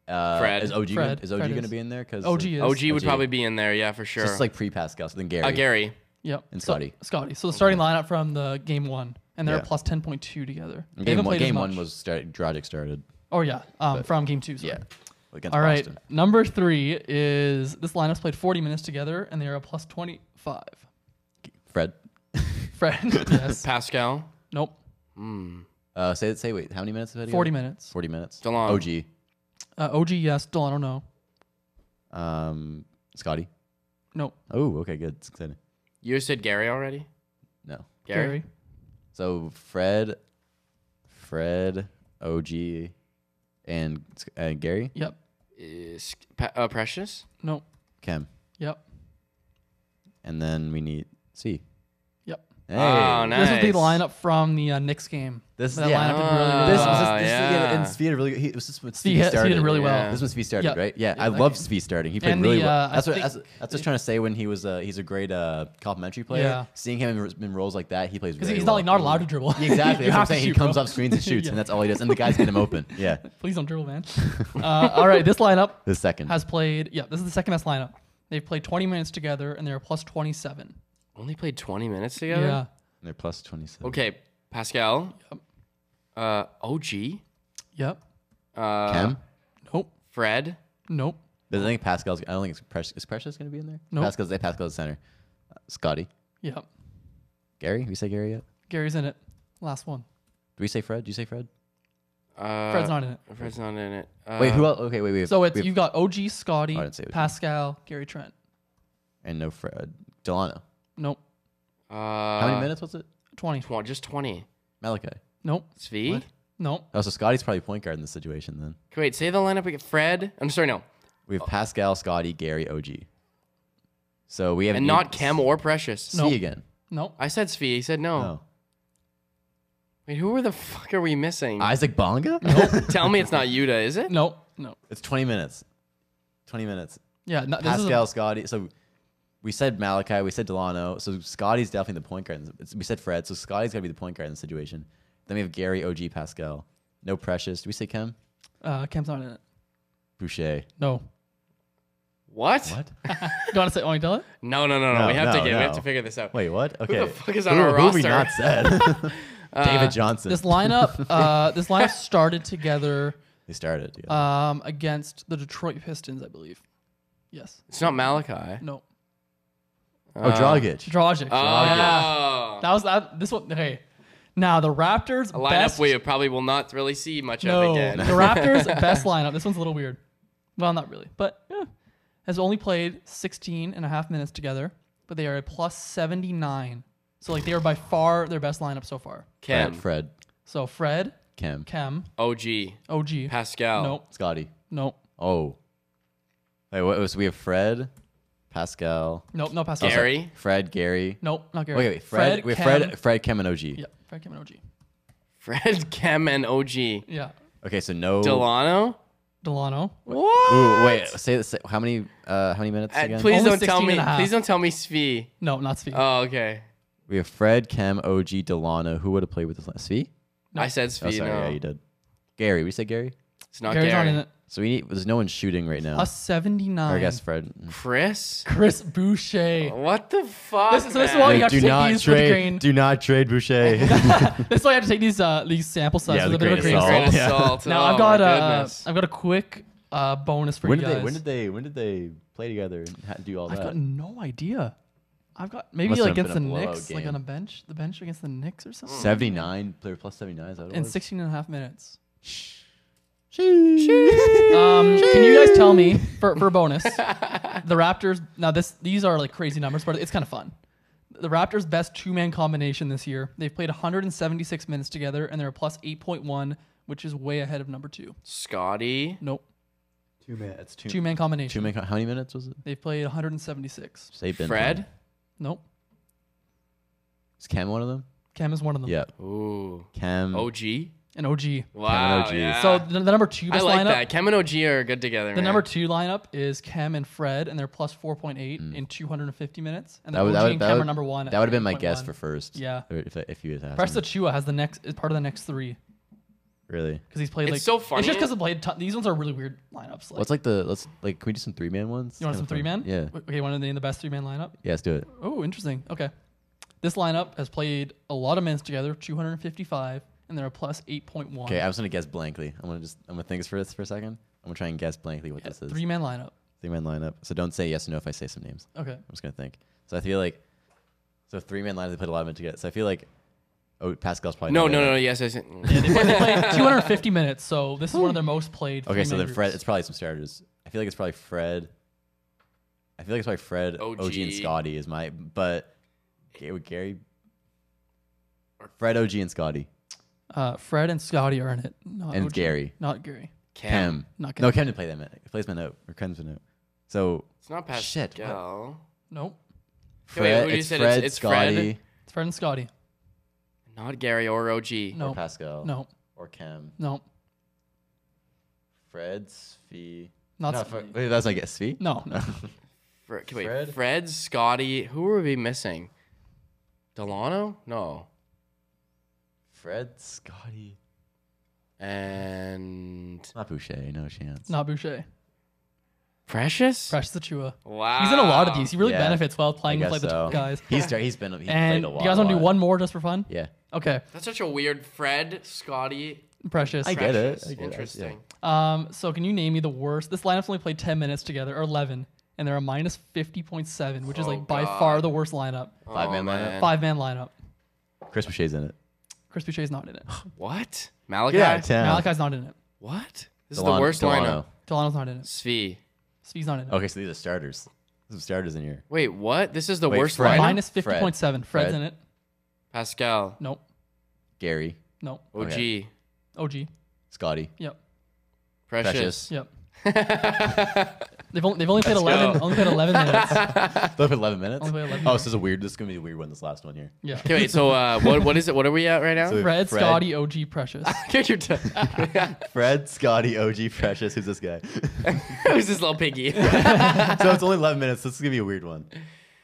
Uh,
Fred.
Is OG
Fred.
Gonna, is OG
Fred
gonna
is.
be in there? Because
OG is
OG would
OG.
probably be in there, yeah, for sure.
Just like pre Pascal. So then Gary.
uh, Gary.
Yep.
And
So-
Scotty.
Scotty. So the starting lineup from the game one, and they're
Yeah.
a plus 10.2 together. They
Game
haven't
one,
played as
game one
much.
was start, Dragic started.
Oh yeah, um, from game two. Sorry.
Yeah. Against
All right.
Boston.
Number three is this lineup's played 40 minutes together, and they're a plus 25.
Fred.
Fred. yes.
Pascal.
Nope.
Uh, say say wait. How many minutes? Have
40 minutes.
Forty minutes.
DeLon.
OG.
Uh, OG yes. Delano no.
Um, Scotty.
Nope.
Oh, okay, good. It's exciting.
You said Gary already.
No.
Gary.
Gary.
So Fred, Fred, OG, and uh, Gary,
Yep.
Is, Pa- uh, Precious.
Nope.
Cam,
Yep.
and then we need C.
Yep.
Hey,
Oh,
This is the
nice.
lineup from the uh, Knicks game.
This-
that
yeah.
lineup did really,
Ah.
really
this
well.
was
Ah,
this,
yeah.
and Svi did really. He, this is what
Svi
Svi,
hit- Svi did
started.
really well.
Yeah.
This was Svi started,
Yeah.
right? Yeah, I
that
love
game.
Svi starting. He played
And
really
the,
well.
uh, I
That's what that's,
think-
that's what I was trying to say when he was. Uh, he's a great uh, complimentary player.
Yeah.
Seeing him in, in roles like that, he plays.
Because
very
he's
well.
not like not allowed to dribble.
Yeah, Exactly.
You
that's what I'm
have to
saying. He
shoot,
comes
bro.
off screens and shoots,
Yeah.
and that's all he does. And the guys get him open. Yeah.
Please don't dribble, man. uh, all right, this lineup
The second.
has played. Yeah, this is the second best lineup. They've played 20 minutes together, and they're a plus 27.
Only played 20 minutes
Yeah.
together?
They're plus twenty seven.
Okay, Pascal. Uh, OG.
Yep.
Uh,
Cam.
Nope.
Fred.
Nope.
But I think Pascal's. I don't think it's Precious. Is Precious going to be in there?
Nope.
Pascal's. They Pascal's center. Uh, Scotty,
Yep.
Gary. We say Gary yet?
Gary's in it. Last one.
Do we say Fred? Do you say Fred?
Uh,
Fred's not in it.
Fred's not in it. Uh,
wait, who else? Okay, wait, wait.
So it's
we have- Oh,
you've got OG, Scotty,
I didn't say it was me.
Pascal, Gary Trent.
and no Fred. Delano.
Nope.
Uh,
How many minutes was it?
20.
Tw- just 20.
Malachi.
Nope.
Svi.
What?
Nope.
Oh, so Scotty's probably point guard in this situation then.
Okay, Wait, say the lineup again. Fred. I'm sorry, no.
We have Pascal, Scotty, Gary, OG. So we have
And not Cam or Precious.
C
Nope.
again.
Nope.
I said Svi. He said no.
Oh.
Wait, who are the fuck are we missing?
Isaac Bonga.
Tell me it's not Yuta, is it?
Nope. Nope.
it's twenty minutes. Twenty minutes.
Yeah. No, this is a-
Pascal, Scotty. So we said Malachi, we said Delano. So Scotty's definitely the point guard. in this- it's- We said Fred. So Scotty's got to be the point guard in the situation. Then we have Gary, OG, Pascal. No Precious. Do we say Kem?
uh, Cam's not in it.
Boucher.
No.
What?
You want to say? Want to tell it?
No, no, no, no.
No,
we have to
no,
get. We have
no.
to figure this out.
Wait, what? Okay.
fuck is on
who,
our
who have we
roster?
not said? David Johnson.
This lineup. Uh, this lineup started together.
they started. Yeah.
um, against the Detroit Pistons, I believe. Yes.
It's not Malachi.
No.
oh, Dragic.
Dragic.
Oh.
That was that. This one. Hey. Now the Raptors
A lineup
best.
we probably will not really see much of
no.
again.
The Raptors best lineup. This one's a little weird. Well, not really, but yeah. has only played 16 and a half minutes together, but they are a plus 79. So like they are by far their best lineup so far.
Cam.
Fred, Fred.
So Fred,
Kem.
Kem,
OG.
OG.
Pascal.
Nope.
Scotty.
Nope.
Oh. Wait, what was? We have Fred, Pascal.
Nope. No Pascal.
Gary.
Fred, Gary.
Nope. Not Gary.
Wait, wait. Fred. we have
Kem-
Fred, uh, Fred, Kem, and OG.
Yeah. Fred, Kem, and OG.
Fred, Kem, and OG.
Yeah.
Okay, so no.
Delano?
Delano.
What?
Ooh, wait. Say, say how many uh, how many minutes
Uh,
again?
please
Only
don't tell
16
me.
and a half.
Please don't tell me Svi.
No, not Svi.
Oh, okay.
We have Fred, Kem, OG, Delano. Who would have played with this last? Svi?
I said
Oh,
Svi.
sorry,
no,
yeah, you did. Gary, we say Gary.
it's not
Gary's
Gary.
not in it.
So we need. There's no one shooting right now.
A
Or I
79.
guess Fred.
Chris?
Chris
Oh.
Boucher.
What the fuck?
This- so this is
man?
why you have
do
to take
not
these with
trade.
grain.
Do not trade Boucher.
That's why I have to take these uh, these sample sizes
Yeah,
with
the
a bit of a
grain
grain
of salt.
of
Grain of
Yeah.
salt.
Now
Oh,
I've got uh,
my
a
goodness.
I've got a quick uh, bonus for
when
you
did
guys.
they? When did they? When did they play together and ha- do all
I've
that?
got no idea. I've got maybe
Must
like
have been
against the
a blowout
Knicks, like
game.
on a bench, the bench against the Knicks or something.
79 player plus 79 is that what it
In
was?
16 and a half minutes.
Sheesh.
Um, can you guys tell me for, for bonus the Raptors? Now this these are like crazy numbers, but it's kind of fun. The Raptors' best two-man combination this year. They've played 176 minutes together, and they're a plus 8.1, which is way ahead of number two.
Scotty.
Nope,
two minutes two,
two-man combination.
two min- how many minutes was it
They've played 176.
Say Ben
Fred.
Thompson.
Nope,
is Cam one of them
Cam is one
Oh.
of them.
yeah
Ooh.
Cam
OG.
and OG.
Wow.
OG.
Yeah.
So the, the number two
I
best
like
lineup.
that. Kem and OG are good together.
The number two lineup is Kem and Fred, and they're plus 4.8 in 250 minutes. And
Mm. that
then
would
OG
that would
and
that
Kem
would,
are number one. at
that would have been my guess
8.1.
for first
Yeah.
Or if, if you had asked
Presta
me.
Chua has the next is part of the next three
really
because he's played
It's
like
so funny.
It's just because played. Ton- these ones are really weird lineups. Like,
what's like the let's like can we do some three man ones
you want some
Kinda
three man?
fun. yeah
Okay, you want to name the best three man lineup?
yeah let's do it
Oh, interesting. Okay, this lineup has played a lot of minutes together, 255, and they're a plus 8.1.
okay I was gonna guess blankly I'm gonna just I'm gonna think for this for a second I'm gonna try and guess blankly what this is
three man lineup.
three man lineup so don't say yes or no if I say some names
Okay,
I'm just gonna think. So I feel like so three man lines they put a lot of it together. So I feel like oh Pascal's probably
No,
not
no,
there.
no. Yes, yes. yes.
they played 250 minutes, so this is one of their most played.
Okay, so
three-man
then Fred
groups.
it's probably some starters. I feel like it's probably Fred. I feel like it's probably Fred, OG, and
OG.
Scotty is my but Ga- would Gary
Or-
Fred, OG, and Scotty.
Uh, Fred and Scotty are in it. Not
And
OG.
Gary.
Not Gary.
Cam.
Not
No,
Cam.
Cam didn't play that minute. He plays Minot. Or Ken's Minot. So
It's not
Shit, what?
Pascal.
Nope.
Okay, wait,
Fred,
who you
it's
said
Fred,
it's- it's Fred?
Scotty,
It's Fred and Scotty.
Not Gary or OG.
No.
or Pascal.
No.
Or Cam.
No.
Fred, Svi.
Not
no,
Svi.
Fre- wait, that's my guess. Svi?
No. no.
Fre- okay, wait,
Fred?
Fred? Scotty. Who are we missing? Delano? No.
Fred, Scotty.
And
Not Boucher, no chance.
Not Boucher.
Precious?
Precious the Chua.
Wow.
He's in a lot of these. He really
Ah, Yeah.
benefits well
I
playing with
guess
like the
so.
top guys.
He's start, he's been he's played
and
a lot.
you guys want to
a
do
lot.
one more just for fun?
Yeah,
Okay.
That's such a weird Fred, Scotty.
Precious.
I get it.
Precious.
I get it, yeah.
Interesting.
Um, so can you name me the worst? This lineup's only played 10 minutes together, or 11, and they're a minus 50.7, which is
Oh,
like by
God.
far the worst lineup.
Oh,
Five-man lineup?
Five man lineup.
Chris Boucher's in it.
Chris Boucher's not in it.
What? Malachi?
Get out of town.
Malachi's not in it.
What? This is
Delon-
the worst
Delano.
lineup.
Delano's not in it.
Svi.
Svee's not in it.
Oh,
Okay, so these are starters. There's some starters in here.
Wait, what? This is the
Wait,
worst
Fred.
lineup?
Minus
Fred.
50.7. Fred's
Fred.
in it.
Pascal,
Nope.
Gary,
Nope.
OG,
Okay.
OG.
Scotty.
Yep.
Precious.
Precious.
Yep. they've only they've only played
go.
eleven only played eleven minutes.
They'll play 11 minutes.
Only played 11
oh, so this is a weird. This is gonna be a weird one. This last one here.
Yeah.
Okay, wait, so uh, what, what is it? What are we at right now?
So-
Fred,
Fred.
Scotty, OG, Precious.
Okay, you're done.
Fred, Scotty, OG, Precious. Who's this guy?
Who's this little piggy?
so it's only 11 minutes. This is gonna be a weird one.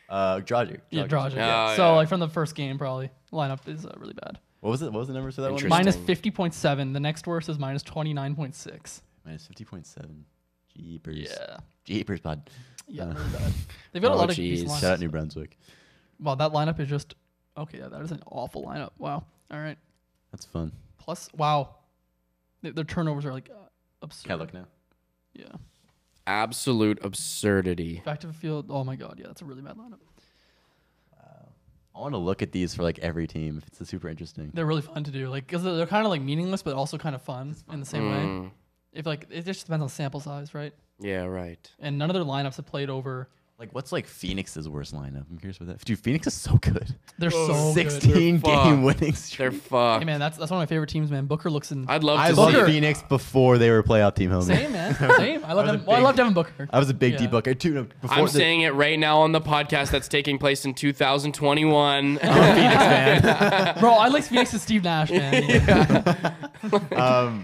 Uh, Drogic.
Yeah,
Drogic.
Dragic.
Yeah.
So
Yeah.
like from the first game, probably lineup is uh, really bad.
What was it? What was the numbers for that one?
Interesting.
Minus fifty point seven. The next worst is minus twenty nine point six.
Minus 50.7. Jeepers.
Yeah.
Jeepers, bud.
Yeah.
Uh.
really bad. They've got a
Oh,
lot of
geez.
decent
Shout out
lineups.
New Brunswick.
Wow, that lineup is just okay. Yeah, that is an awful lineup. Wow. All right.
That's fun.
Plus, wow, Th- their turnovers are like uh, absurd.
now?
Yeah.
Absolute absurdity.
Effective field. Oh my god. Yeah, that's a really bad lineup.
I want to look at these for like every team. If it's super interesting.
They're really fun to do, like because they're kind of like meaningless, but also kind of fun, in the same way.
Mm,
If like it just depends on sample size, right?
yeah, right.
And none of their lineups have played over.
Like, what's like Phoenix's worst lineup? I'm curious about that. Dude, Phoenix is so good.
They're
Oh,
so good.
16
They're
game
fucked.
winning
They're
streak.
fucked.
Hey man, that's that's one of my favorite teams, man. Booker looks in.
I'd love to
I
see
loved
Booker.
Phoenix before they were a playoff team, homie.
same man, same. I love
was a
Devin, well, I
big-
love Devin Booker.
I was a big D
Yeah.
Booker too. no, Before
I'm
the,
saying it right now on the podcast that's taking place in 2021.
Bro, I like Phoenix and Steve Nash, man.
um,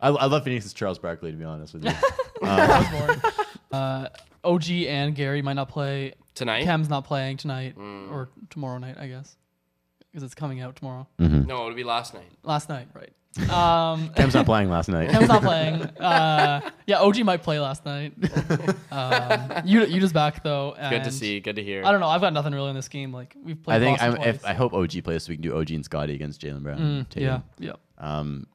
I, I love Phoenix's Charles Barkley to be honest with you.
Uh, OG and Gary might not play.
Tonight? Mm.
Cam's not playing tonight or tomorrow night, I guess. because it's coming out tomorrow.
No, it'll be last night.
Last night, right? Um,
Kem's not playing last night.
Kem's not playing. Uh, yeah, OG might play last night. Um, you you just back though. And
Good to see. Good to hear.
I don't know. I've got nothing really in this game. Like we've played.
I think
Boston
I'm, if, I
twice. Mm,
hope OG plays so we can do OG and Scotty against Jalen Brown. and Tatum.
yeah, yeah.
Um,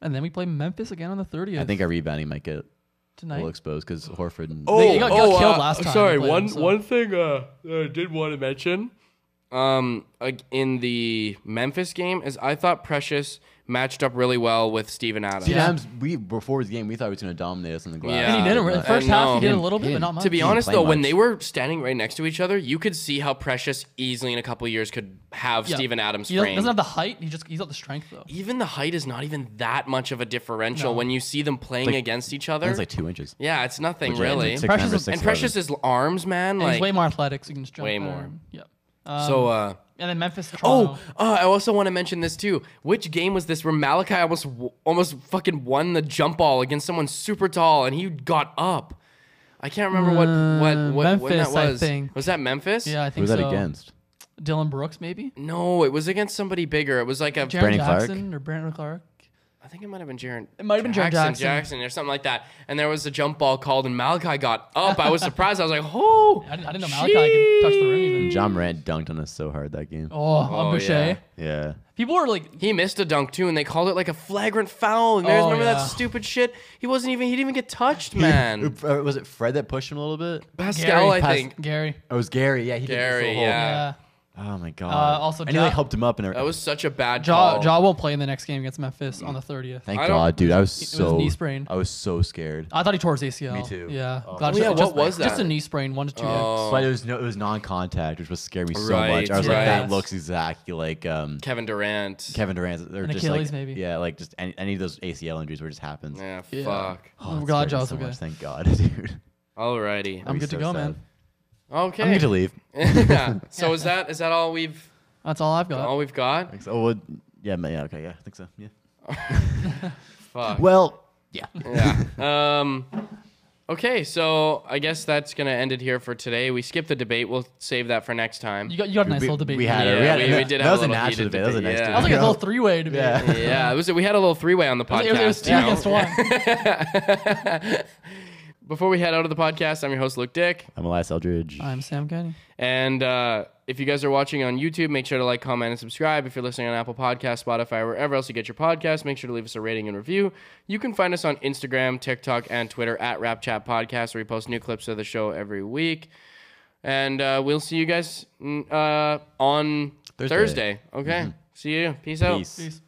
And then we play Memphis again on the 30th.
I think our rebounding might get a
tonight.
little exposed because Horford. And,
They got- got killed last time we
Oh, uh, Sorry,
played
one
them, so-
one thing uh, that I did want to mention um, ag- in the Memphis game is I thought Precious matched up really well with Steven Adams.
See,
Yeah.
Adams, we before his game, we thought he was going to dominate us on the glass.
Yeah.
and he didn't
But
really.
I
First half,
know.
he did a little bit, but
Didn't-
not much.
To be honest,
play
though, when
much.
they were standing right next to each other, you could see how Precious easily in a couple years could have
Yeah.
Steven Adams
he doesn't
frame.
doesn't have the height. He just he's got the strength though.
even the height is not even that much of a differential when you see them playing against each
I think
other.
it's like two inches.
yeah, it's nothing
Legit.
really.
It's like
and
Precious
nine or
is-
six
Precious is arms, man.
And
Like
he's way more athletic, so you can just jump
Way
there.
more.
Yep. Um,
so. uh
and then Memphis.
Oh,
Toronto.
uh, I also want to mention this too. Which game was this where Malachi almost almost fucking won the jump ball against someone super tall and he got up? I can't remember what what what when that
Uh, Memphis, I
was.
think.
Was that Memphis?
yeah, I
Who
think
was that
so.
against?
Dylan Brooks, maybe.
No, it was against somebody bigger. It was like a. I
Jaron
Brandon Clark?
Jackson or Brandon Clark.
think it might have been Jaron.
It might have been Jaren Jackson.
Jackson or something like that. And there was a jump ball called and Malachi got up. I was surprised. I was like, oh.
I didn't, I didn't know Malachi could touch the rim. Even.
And John Morant dunked on us so hard that game.
Oh, on
Oh,
Boucher.
yeah.
Yeah.
People were like,
He missed a dunk too, and they called it like a flagrant foul. And there's
Oh,
remember
yeah.
that stupid shit. He wasn't even. He didn't even get touched, man.
Uh, Was it Fred that pushed him a little bit?
Pascal,
Gary
I
passed-
think.
Gary.
Oh, it was Gary. Yeah, he did this
Gary,
little hole.
yeah.
Yeah.
Oh my god.
Uh, also
I knew they
Ja-
helped him up and
That was such a bad
Jaw
call.
Jaw will play in the next game against Memphis on the 30th.
Thank
I don't-
God, dude. I was
was
so
knee sprain. Oh.
I was so scared.
I thought he tore his ACL.
Me too.
Yeah.
Oh.
Glad
Oh,
to-
yeah, what
just-
was
Just a
that?
knee sprain, one to two
Oh.
But it was no, it was non-contact, which was scared me so
Right,
much. I was like,
right.
that looks exactly like um,
Kevin Durant.
Kevin Durant or
An
just like,
Achilles, maybe.
Yeah, like just any, any of those ACL injuries where it just happens.
yeah,
Yeah.
fuck.
Oh,
I'm
it scared
glad
me
Jaws
so
okay.
much. Thank God, dude.
Alrighty.
I'm
That'd be
good to
so
go,
sad.
man.
Okay.
I'm good to leave.
so is that is that all we've
That's all I've got.
all we've got?
Thanks. Oh, well, yeah, man, yeah, okay, yeah, I think so. Yeah.
Fuck.
Well, yeah.
yeah. Um. Okay, so I guess that's gonna end it here for today. We skipped the debate. We'll save that for next time.
You got, you got a nice
we,
little debate.
we had
Yeah,
it. We, had
we-
it.
we
That-
did
that
have
was
a
a
little
natural
heated
debate. That was a
debate,
nice
yeah.
That was like a
debate.
little three way debate.
Yeah.
yeah, it was. We had a little three way on the
It was, it was- it was
podcast.
two
you know?
against one.
Before we head out of the podcast, I'm your host Luke Dick.
I'm Elias Eldridge.
I'm Sam Kenny.
And uh, if you guys are watching on YouTube, make sure to like, comment, and subscribe. If you're listening on Apple Podcasts, Spotify, wherever else you get your podcast, make sure to leave us a rating and review. You can find us on Instagram, TikTok, and Twitter at Rap Chat Podcast, where we post new clips of the show every week. And uh, we'll see you guys mm, uh, on Thursday.
Thursday. Mm-hmm.
Okay. See you. Peace out.
Peace.
Peace.